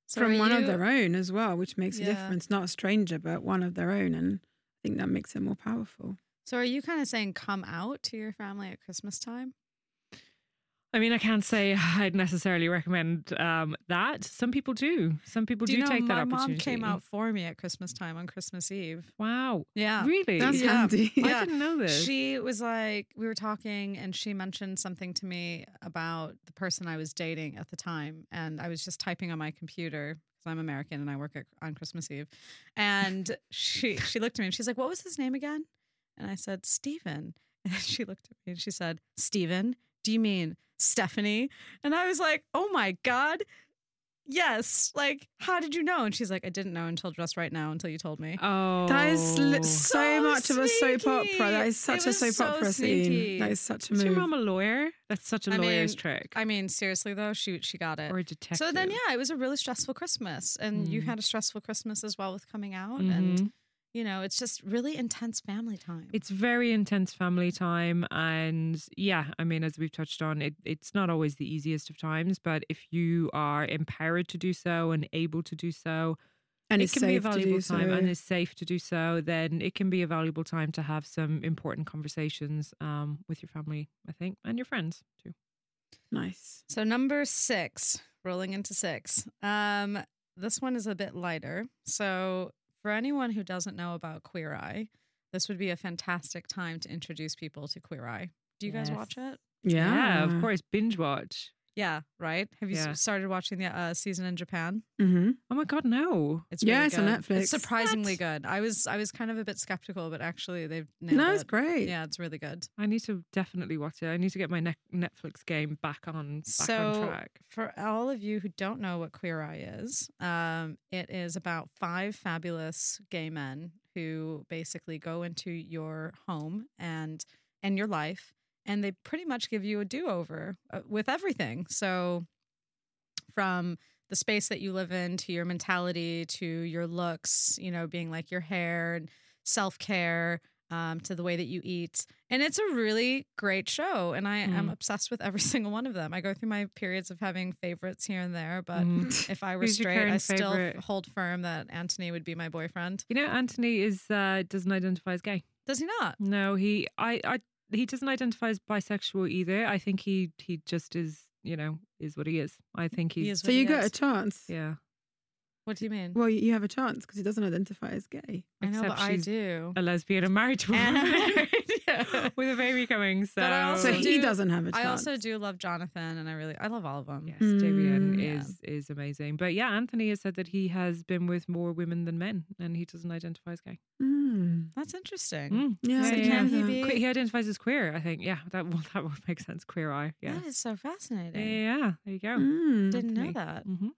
[SPEAKER 4] So
[SPEAKER 3] From
[SPEAKER 4] are
[SPEAKER 3] one of
[SPEAKER 4] you-
[SPEAKER 3] their own as well, which makes
[SPEAKER 4] Yeah.
[SPEAKER 3] a difference. Not a stranger, but one of their own. And I think that makes it more powerful.
[SPEAKER 4] So are you kind of saying come out to your family at Christmas time?
[SPEAKER 2] I mean, I can't say I'd necessarily recommend um, that. Some people do. Some people do,
[SPEAKER 4] you know
[SPEAKER 2] take
[SPEAKER 4] my
[SPEAKER 2] that opportunity.
[SPEAKER 4] mom came out for me at Christmas time on Christmas Eve?
[SPEAKER 2] Wow.
[SPEAKER 4] Yeah.
[SPEAKER 2] Really?
[SPEAKER 3] That's
[SPEAKER 4] Yeah.
[SPEAKER 3] handy.
[SPEAKER 2] I
[SPEAKER 4] Yeah.
[SPEAKER 2] didn't know this.
[SPEAKER 4] She was like, we were talking, and she mentioned something to me about the person I was dating at the time, and I was just typing on my computer because I'm American and I work at, on Christmas Eve, and she she looked at me and she's like, "What was his name again?" And I said, "Stephen." And she looked at me and she said, "Stephen, do you mean Stephanie?" And I was like, "Oh my god." Yes, like how did you know? And she's like, I didn't know until just right now, until you told me.
[SPEAKER 2] oh.
[SPEAKER 3] That is li- so,
[SPEAKER 4] So
[SPEAKER 3] much of a soap opera. That
[SPEAKER 4] sneaky.
[SPEAKER 3] is such
[SPEAKER 4] It
[SPEAKER 3] a
[SPEAKER 4] was
[SPEAKER 3] soap
[SPEAKER 4] so
[SPEAKER 3] opera
[SPEAKER 4] sneaky.
[SPEAKER 3] scene. That is such a
[SPEAKER 2] Is your
[SPEAKER 3] move.
[SPEAKER 2] mom a lawyer? That's such a
[SPEAKER 4] I
[SPEAKER 2] lawyer's
[SPEAKER 4] mean,
[SPEAKER 2] trick.
[SPEAKER 4] I mean, seriously though, she she got it.
[SPEAKER 2] or a detective.
[SPEAKER 4] So then, yeah, it was a really stressful Christmas, and you
[SPEAKER 2] Mm.
[SPEAKER 4] had a stressful Christmas as well with coming out, and
[SPEAKER 2] Mhm.
[SPEAKER 4] you know, it's just really intense family time.
[SPEAKER 2] It's very intense family time. And yeah, I mean, as we've touched on, it, it's not always the easiest of times, but if you are empowered to do so and able to do so,
[SPEAKER 3] and
[SPEAKER 2] it
[SPEAKER 3] it's
[SPEAKER 2] can
[SPEAKER 3] safe
[SPEAKER 2] be a valuable
[SPEAKER 3] to do
[SPEAKER 2] time
[SPEAKER 3] so.
[SPEAKER 2] and it's safe to do so then it can be a valuable time to have some important conversations um, with your family i think and your friends too
[SPEAKER 3] nice.
[SPEAKER 4] so number six, rolling into six. Um, this one is a bit lighter. So for anyone who doesn't know about Queer Eye, this would be a fantastic time to introduce people to Queer Eye. Do you guys
[SPEAKER 2] Yes.
[SPEAKER 4] watch it?
[SPEAKER 3] Yeah.
[SPEAKER 2] of course binge watch
[SPEAKER 4] Yeah, right. Have you s-
[SPEAKER 2] Yeah.
[SPEAKER 4] started watching the uh, season in Japan?
[SPEAKER 3] hmm
[SPEAKER 2] oh my god no
[SPEAKER 4] It's really
[SPEAKER 3] Yeah, it's on
[SPEAKER 4] good.
[SPEAKER 3] Netflix.
[SPEAKER 4] It's surprisingly good. I was I was kind of a bit skeptical, but actually they've nailed
[SPEAKER 3] No, it's
[SPEAKER 4] it.
[SPEAKER 3] great.
[SPEAKER 4] Yeah, it's really good.
[SPEAKER 2] i need to definitely watch it i need to get my ne- netflix game back on back
[SPEAKER 4] So-
[SPEAKER 2] on track
[SPEAKER 4] For all of you who don't know what Queer Eye is, um, it is about five fabulous gay men who basically go into your home and and your life, and they pretty much give you a do over uh, with everything. So, from the space that you live in to your mentality to your looks, you know, being like your hair and self care. Um, to the way that you eat. And it's a really great show. And I am
[SPEAKER 2] Mm.
[SPEAKER 4] obsessed with every single one of them. I go through my periods of having favorites here and there, but
[SPEAKER 2] Mm.
[SPEAKER 4] if I were
[SPEAKER 2] Who's your
[SPEAKER 4] straight,
[SPEAKER 2] current
[SPEAKER 4] I still f-
[SPEAKER 2] favorite?
[SPEAKER 4] hold firm that Anthony would be my boyfriend.
[SPEAKER 2] you know anthony is uh, doesn't identify as gay
[SPEAKER 4] Does he not?
[SPEAKER 2] no he i i he doesn't identify as bisexual either. I think he he just is, you know, is what he is. I think he's
[SPEAKER 4] He is
[SPEAKER 3] So
[SPEAKER 4] what he
[SPEAKER 3] you got a
[SPEAKER 4] is.
[SPEAKER 3] chance.
[SPEAKER 2] yeah.
[SPEAKER 4] What do you mean?
[SPEAKER 3] Well, you have a chance because he doesn't identify as gay.
[SPEAKER 4] I know,
[SPEAKER 2] Except
[SPEAKER 4] but I
[SPEAKER 2] she's
[SPEAKER 4] do.
[SPEAKER 2] a lesbian and married to a
[SPEAKER 4] And I'm
[SPEAKER 2] woman
[SPEAKER 4] married. Yeah.
[SPEAKER 2] with a baby coming. So,
[SPEAKER 4] But Oh, I
[SPEAKER 3] So
[SPEAKER 4] also
[SPEAKER 3] he
[SPEAKER 4] do-
[SPEAKER 3] doesn't have a chance.
[SPEAKER 4] I also do love Jonathan, and I really I love all of them.
[SPEAKER 2] yes, Davian
[SPEAKER 3] Mm.
[SPEAKER 4] Yeah.
[SPEAKER 2] is is amazing. But yeah, Anthony has said that he has been with more women than men, and he doesn't identify as gay.
[SPEAKER 3] Mm.
[SPEAKER 4] That's interesting.
[SPEAKER 2] Mm.
[SPEAKER 3] Yeah,
[SPEAKER 2] So
[SPEAKER 3] I didn't
[SPEAKER 2] can
[SPEAKER 3] know
[SPEAKER 4] he
[SPEAKER 3] that.
[SPEAKER 4] be-
[SPEAKER 2] Que- He identifies as queer. I think. Yeah, that well, that would make sense. Queer eye. Yeah.
[SPEAKER 4] That is so
[SPEAKER 2] Yeah,
[SPEAKER 4] fascinating.
[SPEAKER 2] yeah, yeah. There you go.
[SPEAKER 3] Mm.
[SPEAKER 4] Didn't know
[SPEAKER 2] Anthony.
[SPEAKER 4] that.
[SPEAKER 2] hmm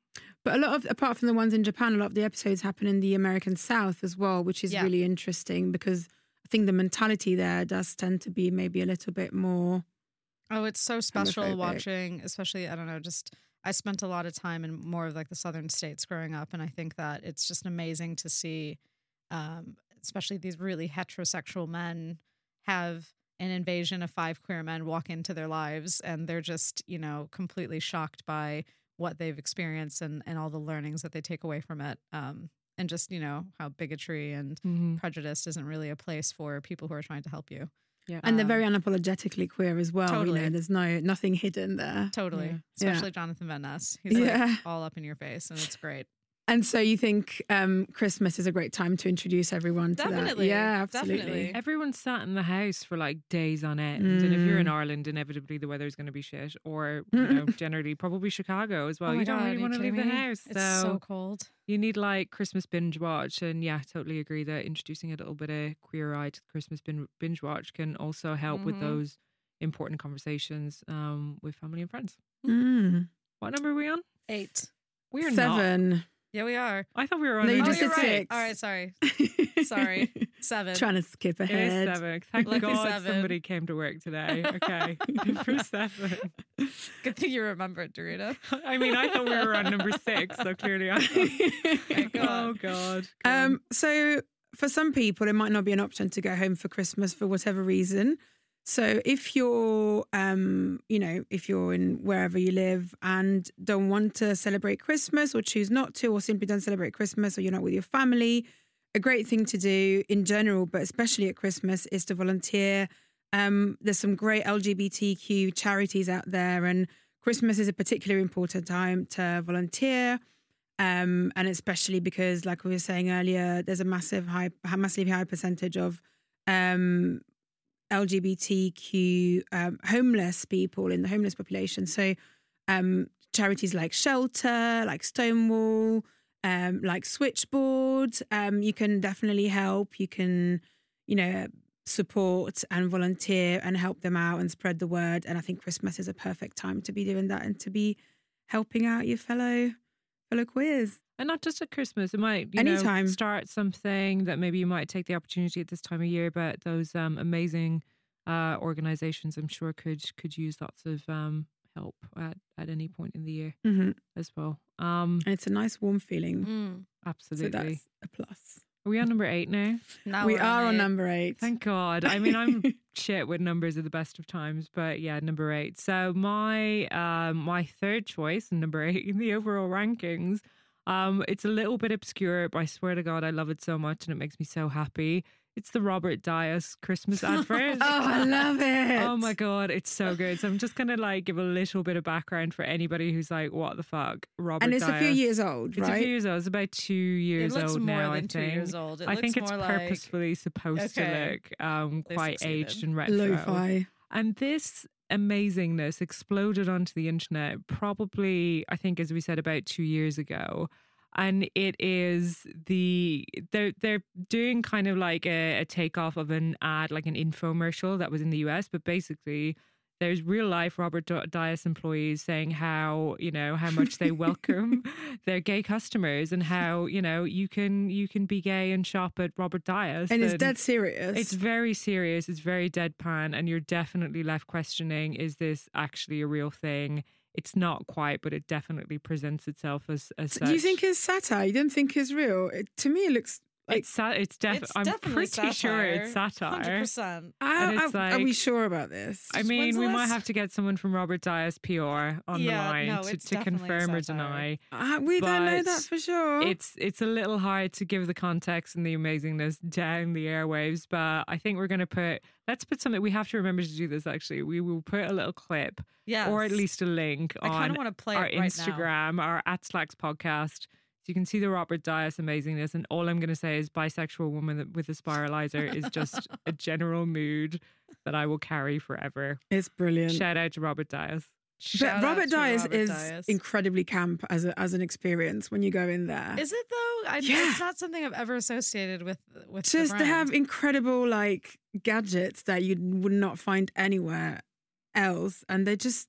[SPEAKER 3] But a lot of, apart from the ones in Japan, a lot of the episodes happen in the American South as well, which is
[SPEAKER 4] Yeah.
[SPEAKER 3] really interesting because I think the mentality there does tend to be maybe a little bit more.
[SPEAKER 4] Oh, it's so special
[SPEAKER 3] Homophobic.
[SPEAKER 4] watching, especially I don't know, just I spent a lot of time in more of like the southern states growing up, and I think that it's just amazing to see, um, especially these really heterosexual men have an invasion of five queer men walk into their lives, and they're just you know completely shocked by what they've experienced and and all the learnings that they take away from it, um, and just you know how bigotry and
[SPEAKER 2] hmm
[SPEAKER 4] prejudice isn't really a place for people who are trying to help you.
[SPEAKER 2] Yeah.
[SPEAKER 3] And they're
[SPEAKER 4] Um,
[SPEAKER 3] very unapologetically queer as well. You
[SPEAKER 4] totally.
[SPEAKER 3] know, there's no nothing hidden there.
[SPEAKER 4] Totally.
[SPEAKER 2] Yeah.
[SPEAKER 3] Yeah.
[SPEAKER 4] Especially Jonathan Van Ness. He's
[SPEAKER 3] Yeah.
[SPEAKER 4] like all up in your face and it's great.
[SPEAKER 3] And so you think um, Christmas is a great time to introduce everyone to that?
[SPEAKER 4] Definitely,
[SPEAKER 3] Yeah, absolutely.
[SPEAKER 4] definitely.
[SPEAKER 2] Everyone sat in the house for like days on end. And if
[SPEAKER 4] Mm.
[SPEAKER 2] you're in Ireland, inevitably the weather's going to be shit, or you know, generally probably Chicago as well.
[SPEAKER 4] Oh my
[SPEAKER 2] you don't
[SPEAKER 4] God, are
[SPEAKER 2] really
[SPEAKER 4] you
[SPEAKER 2] want to leave
[SPEAKER 4] kidding
[SPEAKER 2] the
[SPEAKER 4] me?
[SPEAKER 2] house,
[SPEAKER 4] It's so,
[SPEAKER 2] so
[SPEAKER 4] cold.
[SPEAKER 2] you need like Christmas binge watch. And yeah, totally agree that introducing a little bit of queer eye to Christmas bin- binge watch can also help with
[SPEAKER 4] Mhm.
[SPEAKER 2] those important conversations um, with family and friends.
[SPEAKER 3] Mm.
[SPEAKER 2] What number are we on?
[SPEAKER 4] Eight.
[SPEAKER 2] We're not.
[SPEAKER 3] Seven.
[SPEAKER 4] Yeah, we are.
[SPEAKER 2] I thought we were on.
[SPEAKER 3] No, you
[SPEAKER 2] an-
[SPEAKER 3] just
[SPEAKER 4] oh,
[SPEAKER 2] oh,
[SPEAKER 4] you're
[SPEAKER 3] said
[SPEAKER 4] right.
[SPEAKER 3] six.
[SPEAKER 4] All right, sorry. Sorry. Seven.
[SPEAKER 3] Trying to skip
[SPEAKER 2] It is
[SPEAKER 3] ahead.
[SPEAKER 2] seven. Thank
[SPEAKER 4] Lucky
[SPEAKER 2] God
[SPEAKER 4] seven.
[SPEAKER 2] somebody came to work today. Okay, number seven.
[SPEAKER 4] Good thing you remembered, Dorita.
[SPEAKER 2] I mean, I thought we were on number six, so clearly I.
[SPEAKER 4] Thank
[SPEAKER 2] oh
[SPEAKER 4] God.
[SPEAKER 2] God. Go on.
[SPEAKER 3] Um, so for some people, it might not be an option to go home for Christmas for whatever reason. So if you're, um, you know, if you're in wherever you live and don't want to celebrate Christmas or choose not to, or simply don't celebrate Christmas, or you're not with your family, a great thing to do in general, but especially at Christmas, is to volunteer. Um, there's some great LGBTQ charities out there, and Christmas is a particularly important time to volunteer. Um, and especially because, like we were saying earlier, there's a massive high, massively high percentage of um, LGBTQ um, homeless people in the homeless population. So um, charities like Shelter, like Stonewall, um, like Switchboard, um, you can definitely help. You can, you know, support and volunteer and help them out and spread the word. And I think Christmas is a perfect time to be doing that and to be helping out your fellow fellow queers.
[SPEAKER 2] And not just at Christmas. It might you know,
[SPEAKER 3] Anytime.
[SPEAKER 2] start something that maybe you might take the opportunity at this time of year. But those um, amazing uh, organizations, I'm sure, could could use lots of um, help at, at any point in the year
[SPEAKER 3] Mm-hmm.
[SPEAKER 2] as well. Um,
[SPEAKER 3] And it's a nice warm feeling.
[SPEAKER 4] Mm.
[SPEAKER 2] absolutely.
[SPEAKER 3] So that's a plus.
[SPEAKER 2] Are we on number eight now?
[SPEAKER 4] Now
[SPEAKER 3] we
[SPEAKER 4] we're
[SPEAKER 3] are on
[SPEAKER 4] eight.
[SPEAKER 3] number eight.
[SPEAKER 2] Thank God. I mean, I'm shit with numbers at the best of times, but yeah, number eight. So my um my third choice and number eight in the overall rankings. Um, it's a little bit obscure, but I swear to God, I love it so much and it makes me so happy. It's the Robert Dias Christmas advert.
[SPEAKER 3] oh, I love it.
[SPEAKER 2] Oh my god, it's so good. So I'm just gonna like give a little bit of background for anybody who's like, what the fuck? Robert
[SPEAKER 3] And it's a few
[SPEAKER 2] Dias.
[SPEAKER 3] years old,
[SPEAKER 2] It's a
[SPEAKER 3] right?
[SPEAKER 2] few years old. It's about two years
[SPEAKER 4] It looks
[SPEAKER 2] old
[SPEAKER 4] more
[SPEAKER 2] now,
[SPEAKER 4] than
[SPEAKER 2] I
[SPEAKER 4] two
[SPEAKER 2] think.
[SPEAKER 4] years old. It
[SPEAKER 2] I
[SPEAKER 4] looks
[SPEAKER 2] think it's
[SPEAKER 4] more
[SPEAKER 2] purposefully supposed
[SPEAKER 4] Okay.
[SPEAKER 2] to look um,
[SPEAKER 4] They
[SPEAKER 2] quite aged
[SPEAKER 4] succeeded.
[SPEAKER 2] and retro.
[SPEAKER 3] Lo-fi.
[SPEAKER 2] And this amazingness exploded onto the internet probably, I think, as we said, about two years ago. And it is the they're they're doing kind of like a, a takeoff of an ad, like an infomercial that was in the US, but basically there's real life Robert Di- Dias employees saying how you know how much they welcome their gay customers and how you know you can you can be gay and shop at Robert Dias
[SPEAKER 3] And it's dead serious.
[SPEAKER 2] it's very serious. It's very deadpan, and you're definitely left questioning: Is this actually a real thing? It's not quite, but it definitely presents itself as as.
[SPEAKER 3] Do you
[SPEAKER 2] such.
[SPEAKER 3] think it's satire? You don't think it's real? It, to me, it looks Like,
[SPEAKER 2] it's sat. It's, def-
[SPEAKER 4] it's
[SPEAKER 2] I'm
[SPEAKER 4] definitely
[SPEAKER 2] pretty sure it's
[SPEAKER 4] Hundred
[SPEAKER 2] satire.
[SPEAKER 4] percent.
[SPEAKER 3] I,
[SPEAKER 2] and it's
[SPEAKER 3] I- are we
[SPEAKER 2] like-
[SPEAKER 3] sure about this?
[SPEAKER 2] I
[SPEAKER 4] Just when's
[SPEAKER 2] mean,
[SPEAKER 4] the
[SPEAKER 2] we might
[SPEAKER 4] last-
[SPEAKER 2] have to get someone from Robert Dias PR on
[SPEAKER 4] Yeah,
[SPEAKER 2] the line
[SPEAKER 4] no,
[SPEAKER 2] to,
[SPEAKER 4] it's
[SPEAKER 2] to
[SPEAKER 4] definitely
[SPEAKER 2] confirm or
[SPEAKER 4] satire.
[SPEAKER 2] deny.
[SPEAKER 3] Uh, we don't know
[SPEAKER 2] but
[SPEAKER 3] that for sure.
[SPEAKER 2] It's it's a little hard to give the context and the amazingness down the airwaves, but I think we're going to put let's put something. We have to remember to do this. Actually, we will put a little clip
[SPEAKER 4] Yeah.
[SPEAKER 2] or at least a link
[SPEAKER 4] I kind
[SPEAKER 2] on
[SPEAKER 4] of want to play
[SPEAKER 2] our
[SPEAKER 4] it right now.
[SPEAKER 2] Instagram, our at Slacks podcast. So you can see the Robert Dias amazingness. And all I'm going to say is bisexual woman that- with a spiralizer is just a general mood that I will carry forever.
[SPEAKER 3] It's brilliant.
[SPEAKER 2] Shout out to Robert Dias.
[SPEAKER 4] Shout
[SPEAKER 3] but
[SPEAKER 4] out
[SPEAKER 3] Robert
[SPEAKER 4] to
[SPEAKER 3] Dyas
[SPEAKER 4] Robert
[SPEAKER 3] is
[SPEAKER 4] Dyas.
[SPEAKER 3] incredibly camp as a, as an experience when you go in there.
[SPEAKER 4] Is it though? I,
[SPEAKER 3] Yeah.
[SPEAKER 4] It's not something I've ever associated with with. the
[SPEAKER 3] just to have
[SPEAKER 4] brand.
[SPEAKER 3] incredible like gadgets that you would not find anywhere else, and they're just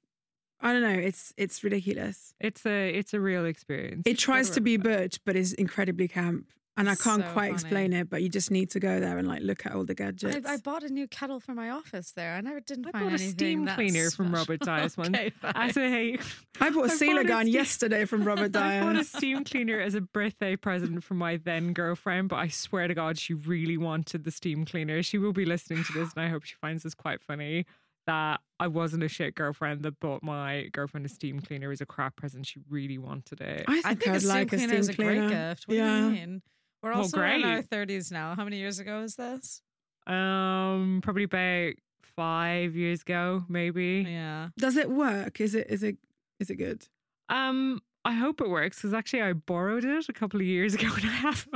[SPEAKER 3] I don't know. It's it's ridiculous.
[SPEAKER 2] It's a it's a real experience.
[SPEAKER 3] It tries to be Butch, but it's incredibly camp, and I can't
[SPEAKER 4] So
[SPEAKER 3] quite
[SPEAKER 4] funny.
[SPEAKER 3] explain it. But you just need to go there and like look at all the gadgets.
[SPEAKER 4] I, I bought a new kettle for my office there. I never didn't
[SPEAKER 2] I
[SPEAKER 4] find
[SPEAKER 2] bought a
[SPEAKER 4] anything
[SPEAKER 2] steam
[SPEAKER 4] that
[SPEAKER 2] cleaner from
[SPEAKER 4] special.
[SPEAKER 2] Robert Dyas once.
[SPEAKER 4] Okay, fine.
[SPEAKER 2] As a
[SPEAKER 3] I bought a
[SPEAKER 2] I
[SPEAKER 3] sealer
[SPEAKER 2] bought a
[SPEAKER 3] gun
[SPEAKER 2] steam-
[SPEAKER 3] yesterday from Robert
[SPEAKER 2] I bought a
[SPEAKER 3] Dyas.
[SPEAKER 2] steam cleaner as a birthday present from my then girlfriend, but I swear to God, she really wanted the steam cleaner. She will be listening to this, and I hope she finds this quite funny. That I wasn't a shit girlfriend that bought my girlfriend a steam cleaner as a crap present. She really wanted it.
[SPEAKER 3] I think,
[SPEAKER 4] I think
[SPEAKER 3] I'd
[SPEAKER 4] a steam
[SPEAKER 3] like a
[SPEAKER 4] cleaner
[SPEAKER 3] steam
[SPEAKER 4] is a
[SPEAKER 3] cleaner.
[SPEAKER 4] great gift. What do
[SPEAKER 3] Yeah.
[SPEAKER 4] you mean? We're
[SPEAKER 2] Well,
[SPEAKER 4] also in our
[SPEAKER 2] great.
[SPEAKER 4] thirties now. How many years ago is this?
[SPEAKER 2] Um, probably about five years ago, maybe.
[SPEAKER 4] Yeah.
[SPEAKER 3] Does it work? Is it is it is it good?
[SPEAKER 2] Um, I hope it works because actually I borrowed it a couple of years ago and I have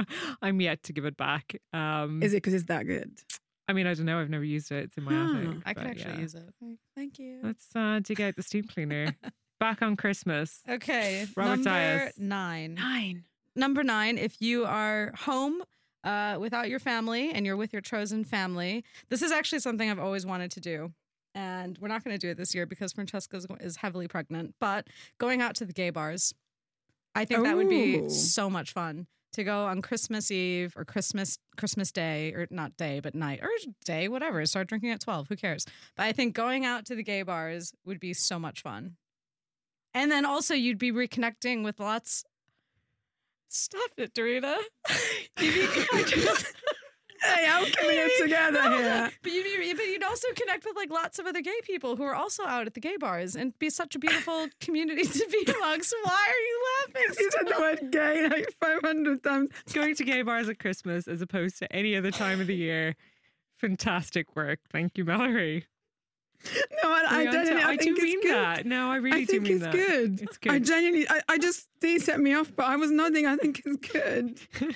[SPEAKER 2] I'm yet to give it back.
[SPEAKER 4] Mm.
[SPEAKER 2] Um,
[SPEAKER 3] Is it because it's that good?
[SPEAKER 2] I mean I don't know. I've never used it. It's in my
[SPEAKER 3] Huh.
[SPEAKER 2] attic.
[SPEAKER 4] I could
[SPEAKER 2] but
[SPEAKER 4] actually
[SPEAKER 2] yeah.
[SPEAKER 4] use it. Thank you.
[SPEAKER 2] Let's uh, dig out the steam cleaner. back on Christmas.
[SPEAKER 4] Okay.
[SPEAKER 2] Robert
[SPEAKER 4] number
[SPEAKER 2] Dyas.
[SPEAKER 4] nine.
[SPEAKER 3] Nine.
[SPEAKER 4] Number nine, if you are home uh, without your family and you're with your chosen family, this is actually something I've always wanted to do. And we're not going to do it this year because Francesca is- is heavily pregnant, but going out to the gay bars, I think that would
[SPEAKER 3] Ooh.
[SPEAKER 4] be so much fun to go on Christmas Eve or Christmas Christmas Day or not day but night or day whatever start drinking at 12 who cares but I think going out to the gay bars would be so much fun and then also you'd be reconnecting with lots Stop it, Dorita. You'd be- I just-
[SPEAKER 3] Hey, I'm coming in together here.
[SPEAKER 4] but, you'd be- but you'd also connect with like lots of other gay people who are also out at the gay bars and be such a beautiful community to be amongst. Why are you laughing?
[SPEAKER 3] You said the word gay like 500 times.
[SPEAKER 2] Going to gay bars at Christmas as opposed to any other time of the year. Fantastic work. Thank you, Mallory.
[SPEAKER 3] No, I, I
[SPEAKER 2] Leonta,
[SPEAKER 3] don't. I,
[SPEAKER 2] do
[SPEAKER 3] think it's
[SPEAKER 2] mean
[SPEAKER 3] good.
[SPEAKER 2] that. No, I really
[SPEAKER 3] I think
[SPEAKER 2] do mean
[SPEAKER 3] it's
[SPEAKER 2] that.
[SPEAKER 3] good.
[SPEAKER 2] It's
[SPEAKER 3] I
[SPEAKER 2] good.
[SPEAKER 3] genuinely, I, I just, they set me off, but I was nodding. I think it's good.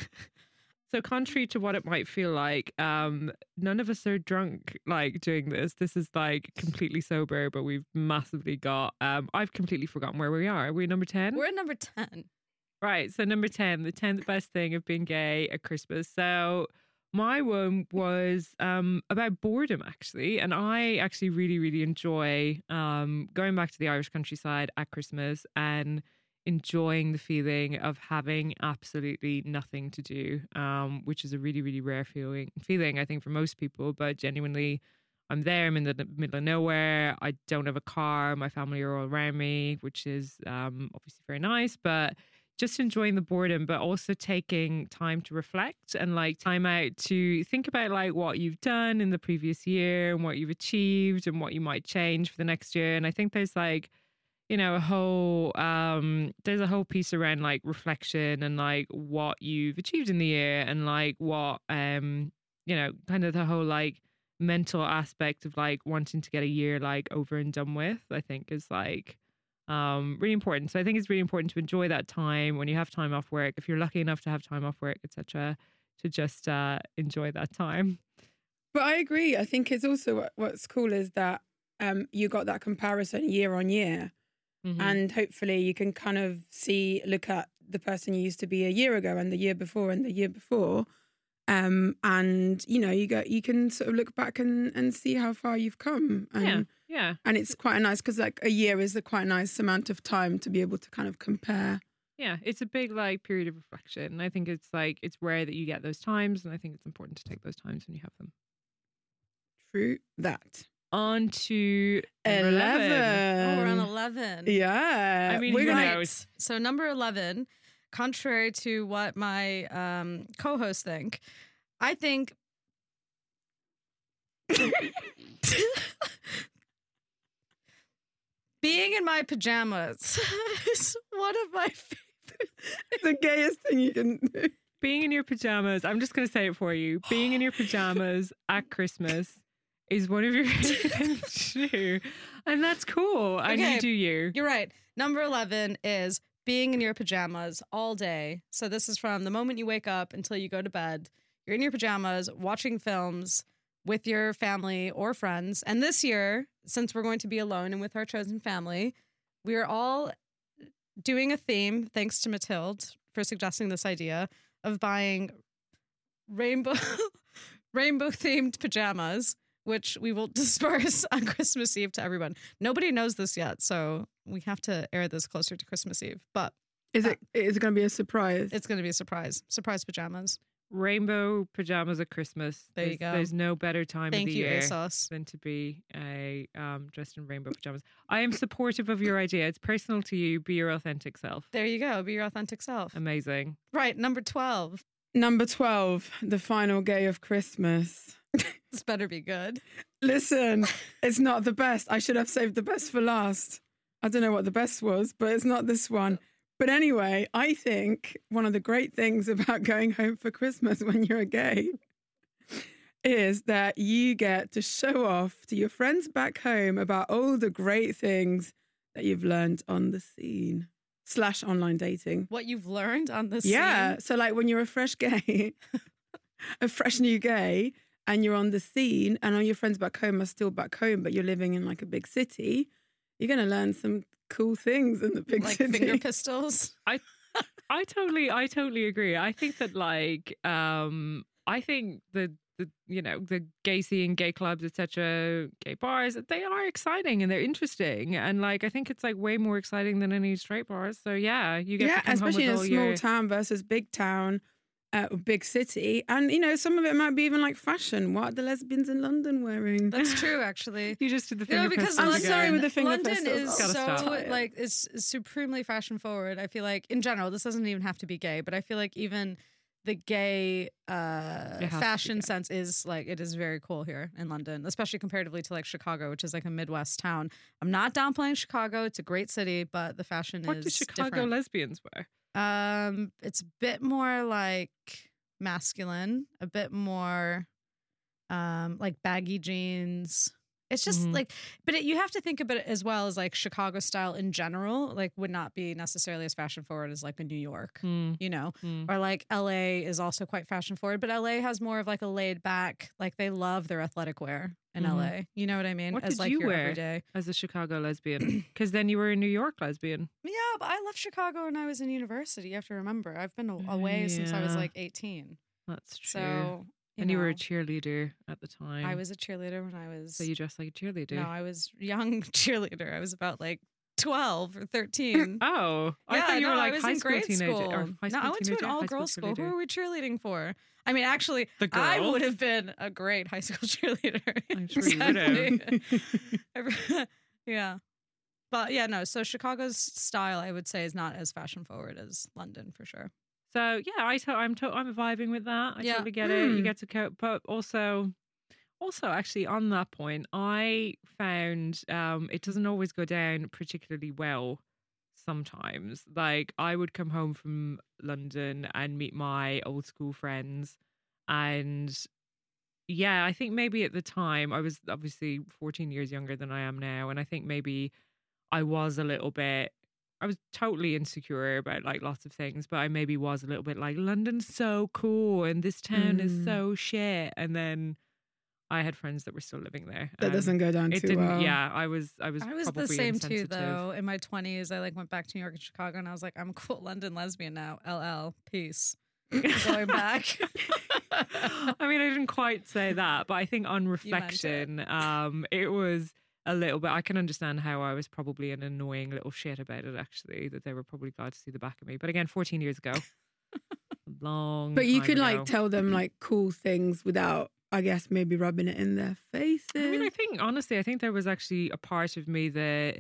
[SPEAKER 2] So contrary to what it might feel like, um, none of us are drunk like doing this. This is like completely sober, but we've massively got um I've completely forgotten where we are. Are we number 10?
[SPEAKER 4] We're at number 10.
[SPEAKER 2] right, so number 10, the 10th best thing of being gay at Christmas. So my one was um about boredom actually, and I actually really, really enjoy um going back to the Irish countryside at Christmas and enjoying the feeling of having absolutely nothing to do, um, which is a really, really rare feeling. Feeling I think for most people, but genuinely, I'm there. I'm in the n- middle of nowhere. I don't have a car. My family are all around me, which is um, obviously very nice, but. Just enjoying the boredom, but also taking time to reflect and like time out to think about like what you've done in the previous year and what you've achieved and what you might change for the next year. And I think there's like you know a whole um there's a whole piece around like reflection and like what you've achieved in the year and like what um you know kind of the whole like mental aspect of like wanting to get a year like over and done with i think is like um really important so i think it's really important to enjoy that time when you have time off work if you're lucky enough to have time off work etc to just uh enjoy that time
[SPEAKER 3] But I agree. I think it's also what, what's cool is that um, you got that comparison year on year. And hopefully you can kind of see, look at the person you used to be a year ago and the year before and the year before. Um, and you know, you go, you can sort of look back and, and see how far you've come. And
[SPEAKER 2] yeah yeah
[SPEAKER 3] and it's quite nice because like a year is a quite nice amount of time to be able to kind of compare.
[SPEAKER 2] Yeah, it's a big like period of reflection. And I think it's like it's rare that you get those times, and I think it's important to take those times when you have them.
[SPEAKER 3] True that.
[SPEAKER 2] On to number
[SPEAKER 3] Eleven.
[SPEAKER 4] oh, we're on 11.
[SPEAKER 3] Yeah.
[SPEAKER 2] I mean,
[SPEAKER 3] we're
[SPEAKER 2] who
[SPEAKER 3] gonna
[SPEAKER 2] knows?
[SPEAKER 4] So number 11 contrary to what my um, co-hosts think, I think. Being in my pajamas is one of my favorite.
[SPEAKER 3] the gayest thing you can do.
[SPEAKER 2] Being in your pajamas, I'm just going to say it for you. Being in your pajamas at Christmas is one of your favorite things to do. And that's cool. And
[SPEAKER 4] Okay.
[SPEAKER 2] you do you.
[SPEAKER 4] You're right. Number 11 is being in your pajamas all day. So this is from the moment you wake up until you go to bed. You're in your pajamas watching films with your family or friends. And this year, since we're going to be alone and with our chosen family, we are all doing a theme, thanks to Mathilde for suggesting this idea of buying rainbow rainbow themed pajamas, which we will disperse on Christmas Eve to everyone. Nobody knows this yet, so we have to air this closer to Christmas Eve. But
[SPEAKER 3] Is it? Is it going to be a surprise?
[SPEAKER 4] it's going to be a surprise. Surprise pajamas.
[SPEAKER 2] Rainbow pajamas at Christmas.
[SPEAKER 4] There you
[SPEAKER 2] There's-
[SPEAKER 4] go.
[SPEAKER 2] There's no better time
[SPEAKER 4] Thank
[SPEAKER 2] of the
[SPEAKER 4] you,
[SPEAKER 2] year.
[SPEAKER 4] ASOS.
[SPEAKER 2] than to be a um, dressed in rainbow pajamas. I am supportive of your idea. It's personal to you. Be your authentic self.
[SPEAKER 4] There you go. Be your authentic self.
[SPEAKER 2] Amazing.
[SPEAKER 4] Right, number 12.
[SPEAKER 3] Number twelve, the final gay of Christmas.
[SPEAKER 4] This better be good.
[SPEAKER 3] Listen, it's not the best. I should have saved the best for last. I don't know what the best was, but it's not this one. But anyway, I think one of the great things about going home for Christmas when you're gay is that you get to show off to your friends back home about all the great things that you've learned on the scene slash online dating.
[SPEAKER 4] What you've learned on this
[SPEAKER 3] Yeah.
[SPEAKER 4] scene.
[SPEAKER 3] So, like when you're a fresh gay, a fresh new gay, and you're on the scene, and all your friends back home are still back home, but you're living in like a big city, you're going to learn some cool things in the big
[SPEAKER 4] like
[SPEAKER 3] city.
[SPEAKER 4] finger pistols.
[SPEAKER 2] I totally, I totally agree. I think that like, um, I think the, the you know the gay scene, gay clubs, etc., gay bars, they are exciting and they're interesting, and like I think it's like way more exciting than any straight bars. So yeah, you get
[SPEAKER 3] yeah,
[SPEAKER 2] to come
[SPEAKER 3] especially in
[SPEAKER 2] home
[SPEAKER 3] a
[SPEAKER 2] with all
[SPEAKER 3] small
[SPEAKER 2] your
[SPEAKER 3] town versus big town. Uh, or big city, and you know, some of it might be even like fashion. What are the lesbians in London wearing?
[SPEAKER 4] That's true, actually.
[SPEAKER 2] you just did the
[SPEAKER 4] No,
[SPEAKER 2] finger
[SPEAKER 4] because
[SPEAKER 2] pistols
[SPEAKER 3] I'm
[SPEAKER 4] London,
[SPEAKER 2] again.
[SPEAKER 3] sorry with the finger
[SPEAKER 4] London
[SPEAKER 3] pistols.
[SPEAKER 4] is
[SPEAKER 2] Gotta
[SPEAKER 4] so
[SPEAKER 2] stop.
[SPEAKER 4] like it's supremely fashion forward. I feel like in general, this doesn't even have to be gay, but I feel like even the gay
[SPEAKER 2] to be
[SPEAKER 4] uh, fashion
[SPEAKER 2] gay.
[SPEAKER 4] sense is like it is very cool here in London, especially comparatively to like Chicago, which is like a Midwest town. I'm not downplaying Chicago; it's a great city, but the fashion
[SPEAKER 2] What
[SPEAKER 4] is
[SPEAKER 2] do Chicago
[SPEAKER 4] different.
[SPEAKER 2] lesbians wear?
[SPEAKER 4] Um, it's a bit more like masculine, a bit more um like baggy jeans. It's just
[SPEAKER 2] Mhm.
[SPEAKER 4] like but it, you have to think about it as well as like Chicago style in general like would not be necessarily as fashion forward as like a New York,
[SPEAKER 2] Hmm,
[SPEAKER 4] you know.
[SPEAKER 2] hmm.
[SPEAKER 4] Or like LA is also quite fashion forward, but LA has more of like a laid back, like they love their athletic wear in
[SPEAKER 2] Mhm.
[SPEAKER 4] LA. You know what I mean?
[SPEAKER 2] What
[SPEAKER 4] as
[SPEAKER 2] did
[SPEAKER 4] like
[SPEAKER 2] you
[SPEAKER 4] your
[SPEAKER 2] wear?
[SPEAKER 4] everyday.
[SPEAKER 2] As a Chicago lesbian, because then you were a New York lesbian.
[SPEAKER 4] Yeah, but I left Chicago when I was in university. You have to remember. I've been a- away since I was
[SPEAKER 2] Uh, Yeah.
[SPEAKER 4] like 18.
[SPEAKER 2] That's true.
[SPEAKER 4] So, you
[SPEAKER 2] and you were a
[SPEAKER 4] know,
[SPEAKER 2] cheerleader at the time.
[SPEAKER 4] I was a cheerleader when I was.
[SPEAKER 2] So you dressed like a cheerleader.
[SPEAKER 4] no, I was young cheerleader. I was about like twelve or thirteen.
[SPEAKER 2] oh, I
[SPEAKER 4] Yeah,
[SPEAKER 2] thought you
[SPEAKER 4] no,
[SPEAKER 2] were
[SPEAKER 4] I
[SPEAKER 2] like
[SPEAKER 4] was
[SPEAKER 2] high
[SPEAKER 4] in
[SPEAKER 2] school
[SPEAKER 4] grade
[SPEAKER 2] teenager.
[SPEAKER 4] school.
[SPEAKER 2] Or high
[SPEAKER 4] no,
[SPEAKER 2] school
[SPEAKER 4] I went to an
[SPEAKER 2] teenager, high
[SPEAKER 4] all-girls school. Who
[SPEAKER 2] cheerleader.
[SPEAKER 4] are we cheerleading for? I mean, actually,
[SPEAKER 2] The girls.
[SPEAKER 4] I would have been a great high school cheerleader.
[SPEAKER 2] I'm sure you would
[SPEAKER 4] Exactly. Every- yeah. But yeah, no. So Chicago's style, I would say, is not as fashion forward as London for sure.
[SPEAKER 2] So yeah, I to- I'm to- I'm vibing with that. I
[SPEAKER 4] Yeah.
[SPEAKER 2] totally get it.
[SPEAKER 3] Hmm.
[SPEAKER 2] You get to cope, but also, also actually on that point, I found um, it doesn't always go down particularly well. Sometimes, like I would come home from London and meet my old school friends, and yeah, I think maybe at the time I was obviously 14 years younger than I am now, and I think maybe I was a little bit I was totally insecure about like lots of things, but I maybe was a little bit like London's so cool and this town
[SPEAKER 3] Mm.
[SPEAKER 2] is so shit. And then I had friends that were still living there.
[SPEAKER 3] That
[SPEAKER 2] and
[SPEAKER 3] doesn't go down
[SPEAKER 2] It
[SPEAKER 3] too
[SPEAKER 2] didn't.
[SPEAKER 3] well.
[SPEAKER 2] Yeah, I was. I was.
[SPEAKER 4] I was the
[SPEAKER 2] probably
[SPEAKER 4] same too,
[SPEAKER 2] insensitive.
[SPEAKER 4] though. In my twenties, I like went back to New York and Chicago, and I was like, I'm a cool London lesbian now. LL, peace. Going back.
[SPEAKER 2] I mean, I didn't quite say that, but I think on
[SPEAKER 4] it.
[SPEAKER 2] reflection, um, it was a little bit. I can understand how I was probably an annoying little shit about it. Actually, that they were probably glad to see the back of me. But again, 14 years ago, long.
[SPEAKER 3] But you
[SPEAKER 2] time
[SPEAKER 3] could
[SPEAKER 2] ago.
[SPEAKER 3] like tell them like cool things without, I guess, maybe rubbing it in their faces.
[SPEAKER 2] I mean, I think honestly, I think there was actually a part of me that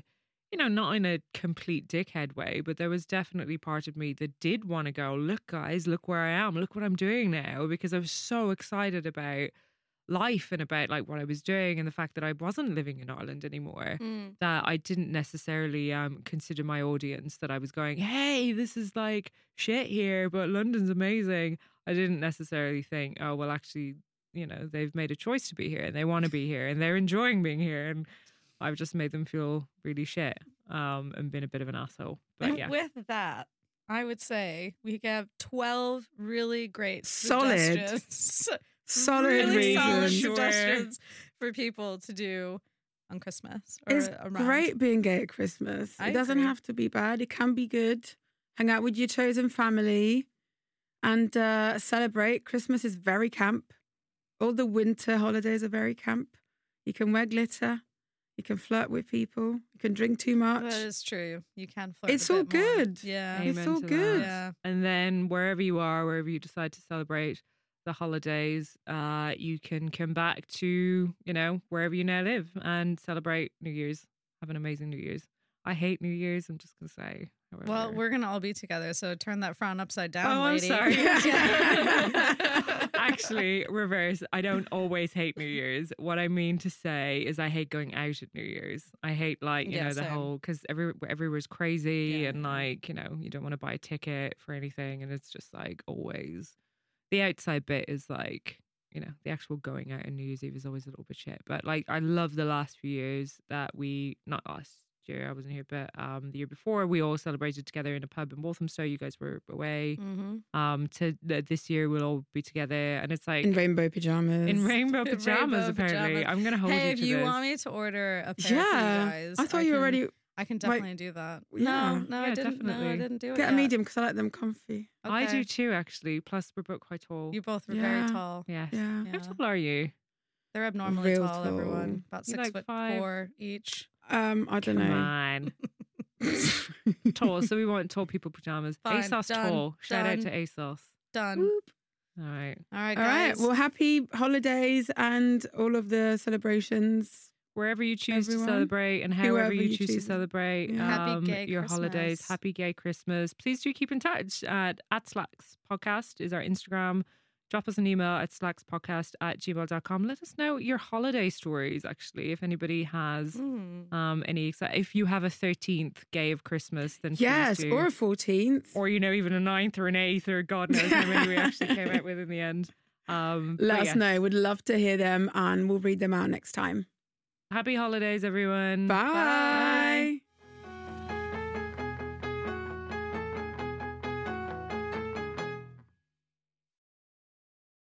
[SPEAKER 2] you know, not in a complete dickhead way, but there was definitely part of me that did want to go, look, guys, look where I am, look what I'm doing now, because I was so excited about life and about like what I was doing and the fact that I wasn't living in Ireland anymore that I didn't necessarily um, consider my audience that I was going, hey, this is like shit here, but London's amazing. I didn't necessarily think, oh, well, actually, you know, they've made a choice to be here and they want to be here and they're enjoying being here. And I've just made them feel really shit um, and been a bit of an asshole. But
[SPEAKER 4] And
[SPEAKER 2] yeah.
[SPEAKER 4] with that, I would say we have 12 really great
[SPEAKER 3] Solid.
[SPEAKER 4] suggestions.
[SPEAKER 3] Solid
[SPEAKER 4] really solid
[SPEAKER 3] reason.
[SPEAKER 2] Sure.
[SPEAKER 4] suggestions for people to do on Christmas or
[SPEAKER 3] It's
[SPEAKER 4] around.
[SPEAKER 3] great being gay at Christmas.
[SPEAKER 4] I
[SPEAKER 3] it doesn't
[SPEAKER 4] agree.
[SPEAKER 3] have to be bad. It can be good. Hang out with your chosen family and uh, celebrate. Christmas is very camp. All the winter holidays are very camp. You can wear glitter. You can flirt with people. You can drink too much.
[SPEAKER 4] That is true. You can flirt. a
[SPEAKER 3] It's all
[SPEAKER 4] bit more.
[SPEAKER 3] good.
[SPEAKER 4] Yeah.
[SPEAKER 2] Amen
[SPEAKER 3] it's
[SPEAKER 2] to
[SPEAKER 3] all
[SPEAKER 2] that.
[SPEAKER 3] good.
[SPEAKER 4] Yeah.
[SPEAKER 2] And then wherever you are, wherever you decide to celebrate the holidays, uh, you can come back to, you know, wherever you now live and celebrate New Year's. Have an amazing New Year's. I hate New Year's, I'm just gonna say. However.
[SPEAKER 4] Well, we're gonna all be together, so turn that frown upside down,
[SPEAKER 2] Oh,
[SPEAKER 4] lady.
[SPEAKER 2] I'm sorry.
[SPEAKER 4] Yeah.
[SPEAKER 2] Actually, reverse. I don't always hate New Year's. What I mean to say is, I hate going out at New Year's. I hate like you
[SPEAKER 4] Yeah,
[SPEAKER 2] know the
[SPEAKER 4] same.
[SPEAKER 2] whole because every, everywhere's crazy
[SPEAKER 4] Yeah.
[SPEAKER 2] and like you know you don't want to buy a ticket for anything, and it's just like always the outside bit is like you know the actual going out on New Year's Eve is always a little bit shit. But like I love the last few years that we not last year I wasn't here, but um the year before we all celebrated together in a pub in Walthamstow. You guys were away
[SPEAKER 4] Mhm.
[SPEAKER 2] um to th- this year we'll all be together and it's like
[SPEAKER 3] In
[SPEAKER 2] in,
[SPEAKER 3] rainbow pajamas.
[SPEAKER 2] rainbow
[SPEAKER 4] In
[SPEAKER 2] pajamas
[SPEAKER 4] rainbow
[SPEAKER 2] apparently
[SPEAKER 4] pajamas.
[SPEAKER 2] i'm gonna hold
[SPEAKER 4] Hey,
[SPEAKER 2] you
[SPEAKER 4] if
[SPEAKER 2] to
[SPEAKER 4] you
[SPEAKER 2] this
[SPEAKER 4] want me to order a pair
[SPEAKER 3] Yeah.
[SPEAKER 4] for you guys,
[SPEAKER 3] I thought you
[SPEAKER 4] can-
[SPEAKER 3] already
[SPEAKER 4] I can
[SPEAKER 3] Like-
[SPEAKER 4] definitely do that.
[SPEAKER 3] Yeah.
[SPEAKER 4] No, no, I
[SPEAKER 2] Yeah,
[SPEAKER 4] didn't. No, I
[SPEAKER 2] definitely.
[SPEAKER 4] didn't do it.
[SPEAKER 3] get
[SPEAKER 4] yet.
[SPEAKER 3] a medium because I like them comfy.
[SPEAKER 2] i do
[SPEAKER 4] Okay.
[SPEAKER 2] too actually plus we're both quite tall
[SPEAKER 4] You both were
[SPEAKER 3] Yeah.
[SPEAKER 4] very tall.
[SPEAKER 2] yes
[SPEAKER 3] Yeah.
[SPEAKER 4] Yeah.
[SPEAKER 2] how tall are you
[SPEAKER 4] They're abnormally
[SPEAKER 3] Real
[SPEAKER 4] tall, Everyone about
[SPEAKER 2] You
[SPEAKER 4] six
[SPEAKER 2] like
[SPEAKER 4] foot
[SPEAKER 2] five?
[SPEAKER 4] four each.
[SPEAKER 3] Um, I don't
[SPEAKER 2] come
[SPEAKER 3] know.
[SPEAKER 2] on tall so we want tall people pajamas
[SPEAKER 4] Fine,
[SPEAKER 2] asos
[SPEAKER 4] done,
[SPEAKER 2] tall shout out to
[SPEAKER 4] done.
[SPEAKER 2] asos
[SPEAKER 4] Done.
[SPEAKER 3] Whoop.
[SPEAKER 2] all right
[SPEAKER 4] All right,
[SPEAKER 3] All right.
[SPEAKER 4] guys.
[SPEAKER 3] Well, happy holidays and all of the celebrations.
[SPEAKER 2] wherever you choose
[SPEAKER 3] Everyone,
[SPEAKER 2] to celebrate and however
[SPEAKER 3] whoever
[SPEAKER 2] you,
[SPEAKER 3] you
[SPEAKER 2] choose to
[SPEAKER 3] choose.
[SPEAKER 2] celebrate
[SPEAKER 3] Yeah.
[SPEAKER 4] Happy
[SPEAKER 2] um,
[SPEAKER 4] gay
[SPEAKER 2] your holidays
[SPEAKER 4] Christmas.
[SPEAKER 2] happy gay christmas please do keep in touch at, at slacks podcast is our instagram drop us an email at slackspodcast at gmail.com let us know your holiday stories actually if anybody has
[SPEAKER 4] Mm.
[SPEAKER 2] um any exci- if you have a 13th gay of christmas then please
[SPEAKER 3] Yes,
[SPEAKER 2] do.
[SPEAKER 3] or a 14th.
[SPEAKER 2] or you know even a 9th or an 8th or god knows how many we actually came out with in the end um but
[SPEAKER 3] Let us
[SPEAKER 2] yes.
[SPEAKER 3] know. We'd love to hear them and we'll read them out next time.
[SPEAKER 2] happy holidays everyone
[SPEAKER 3] Mm. Bye.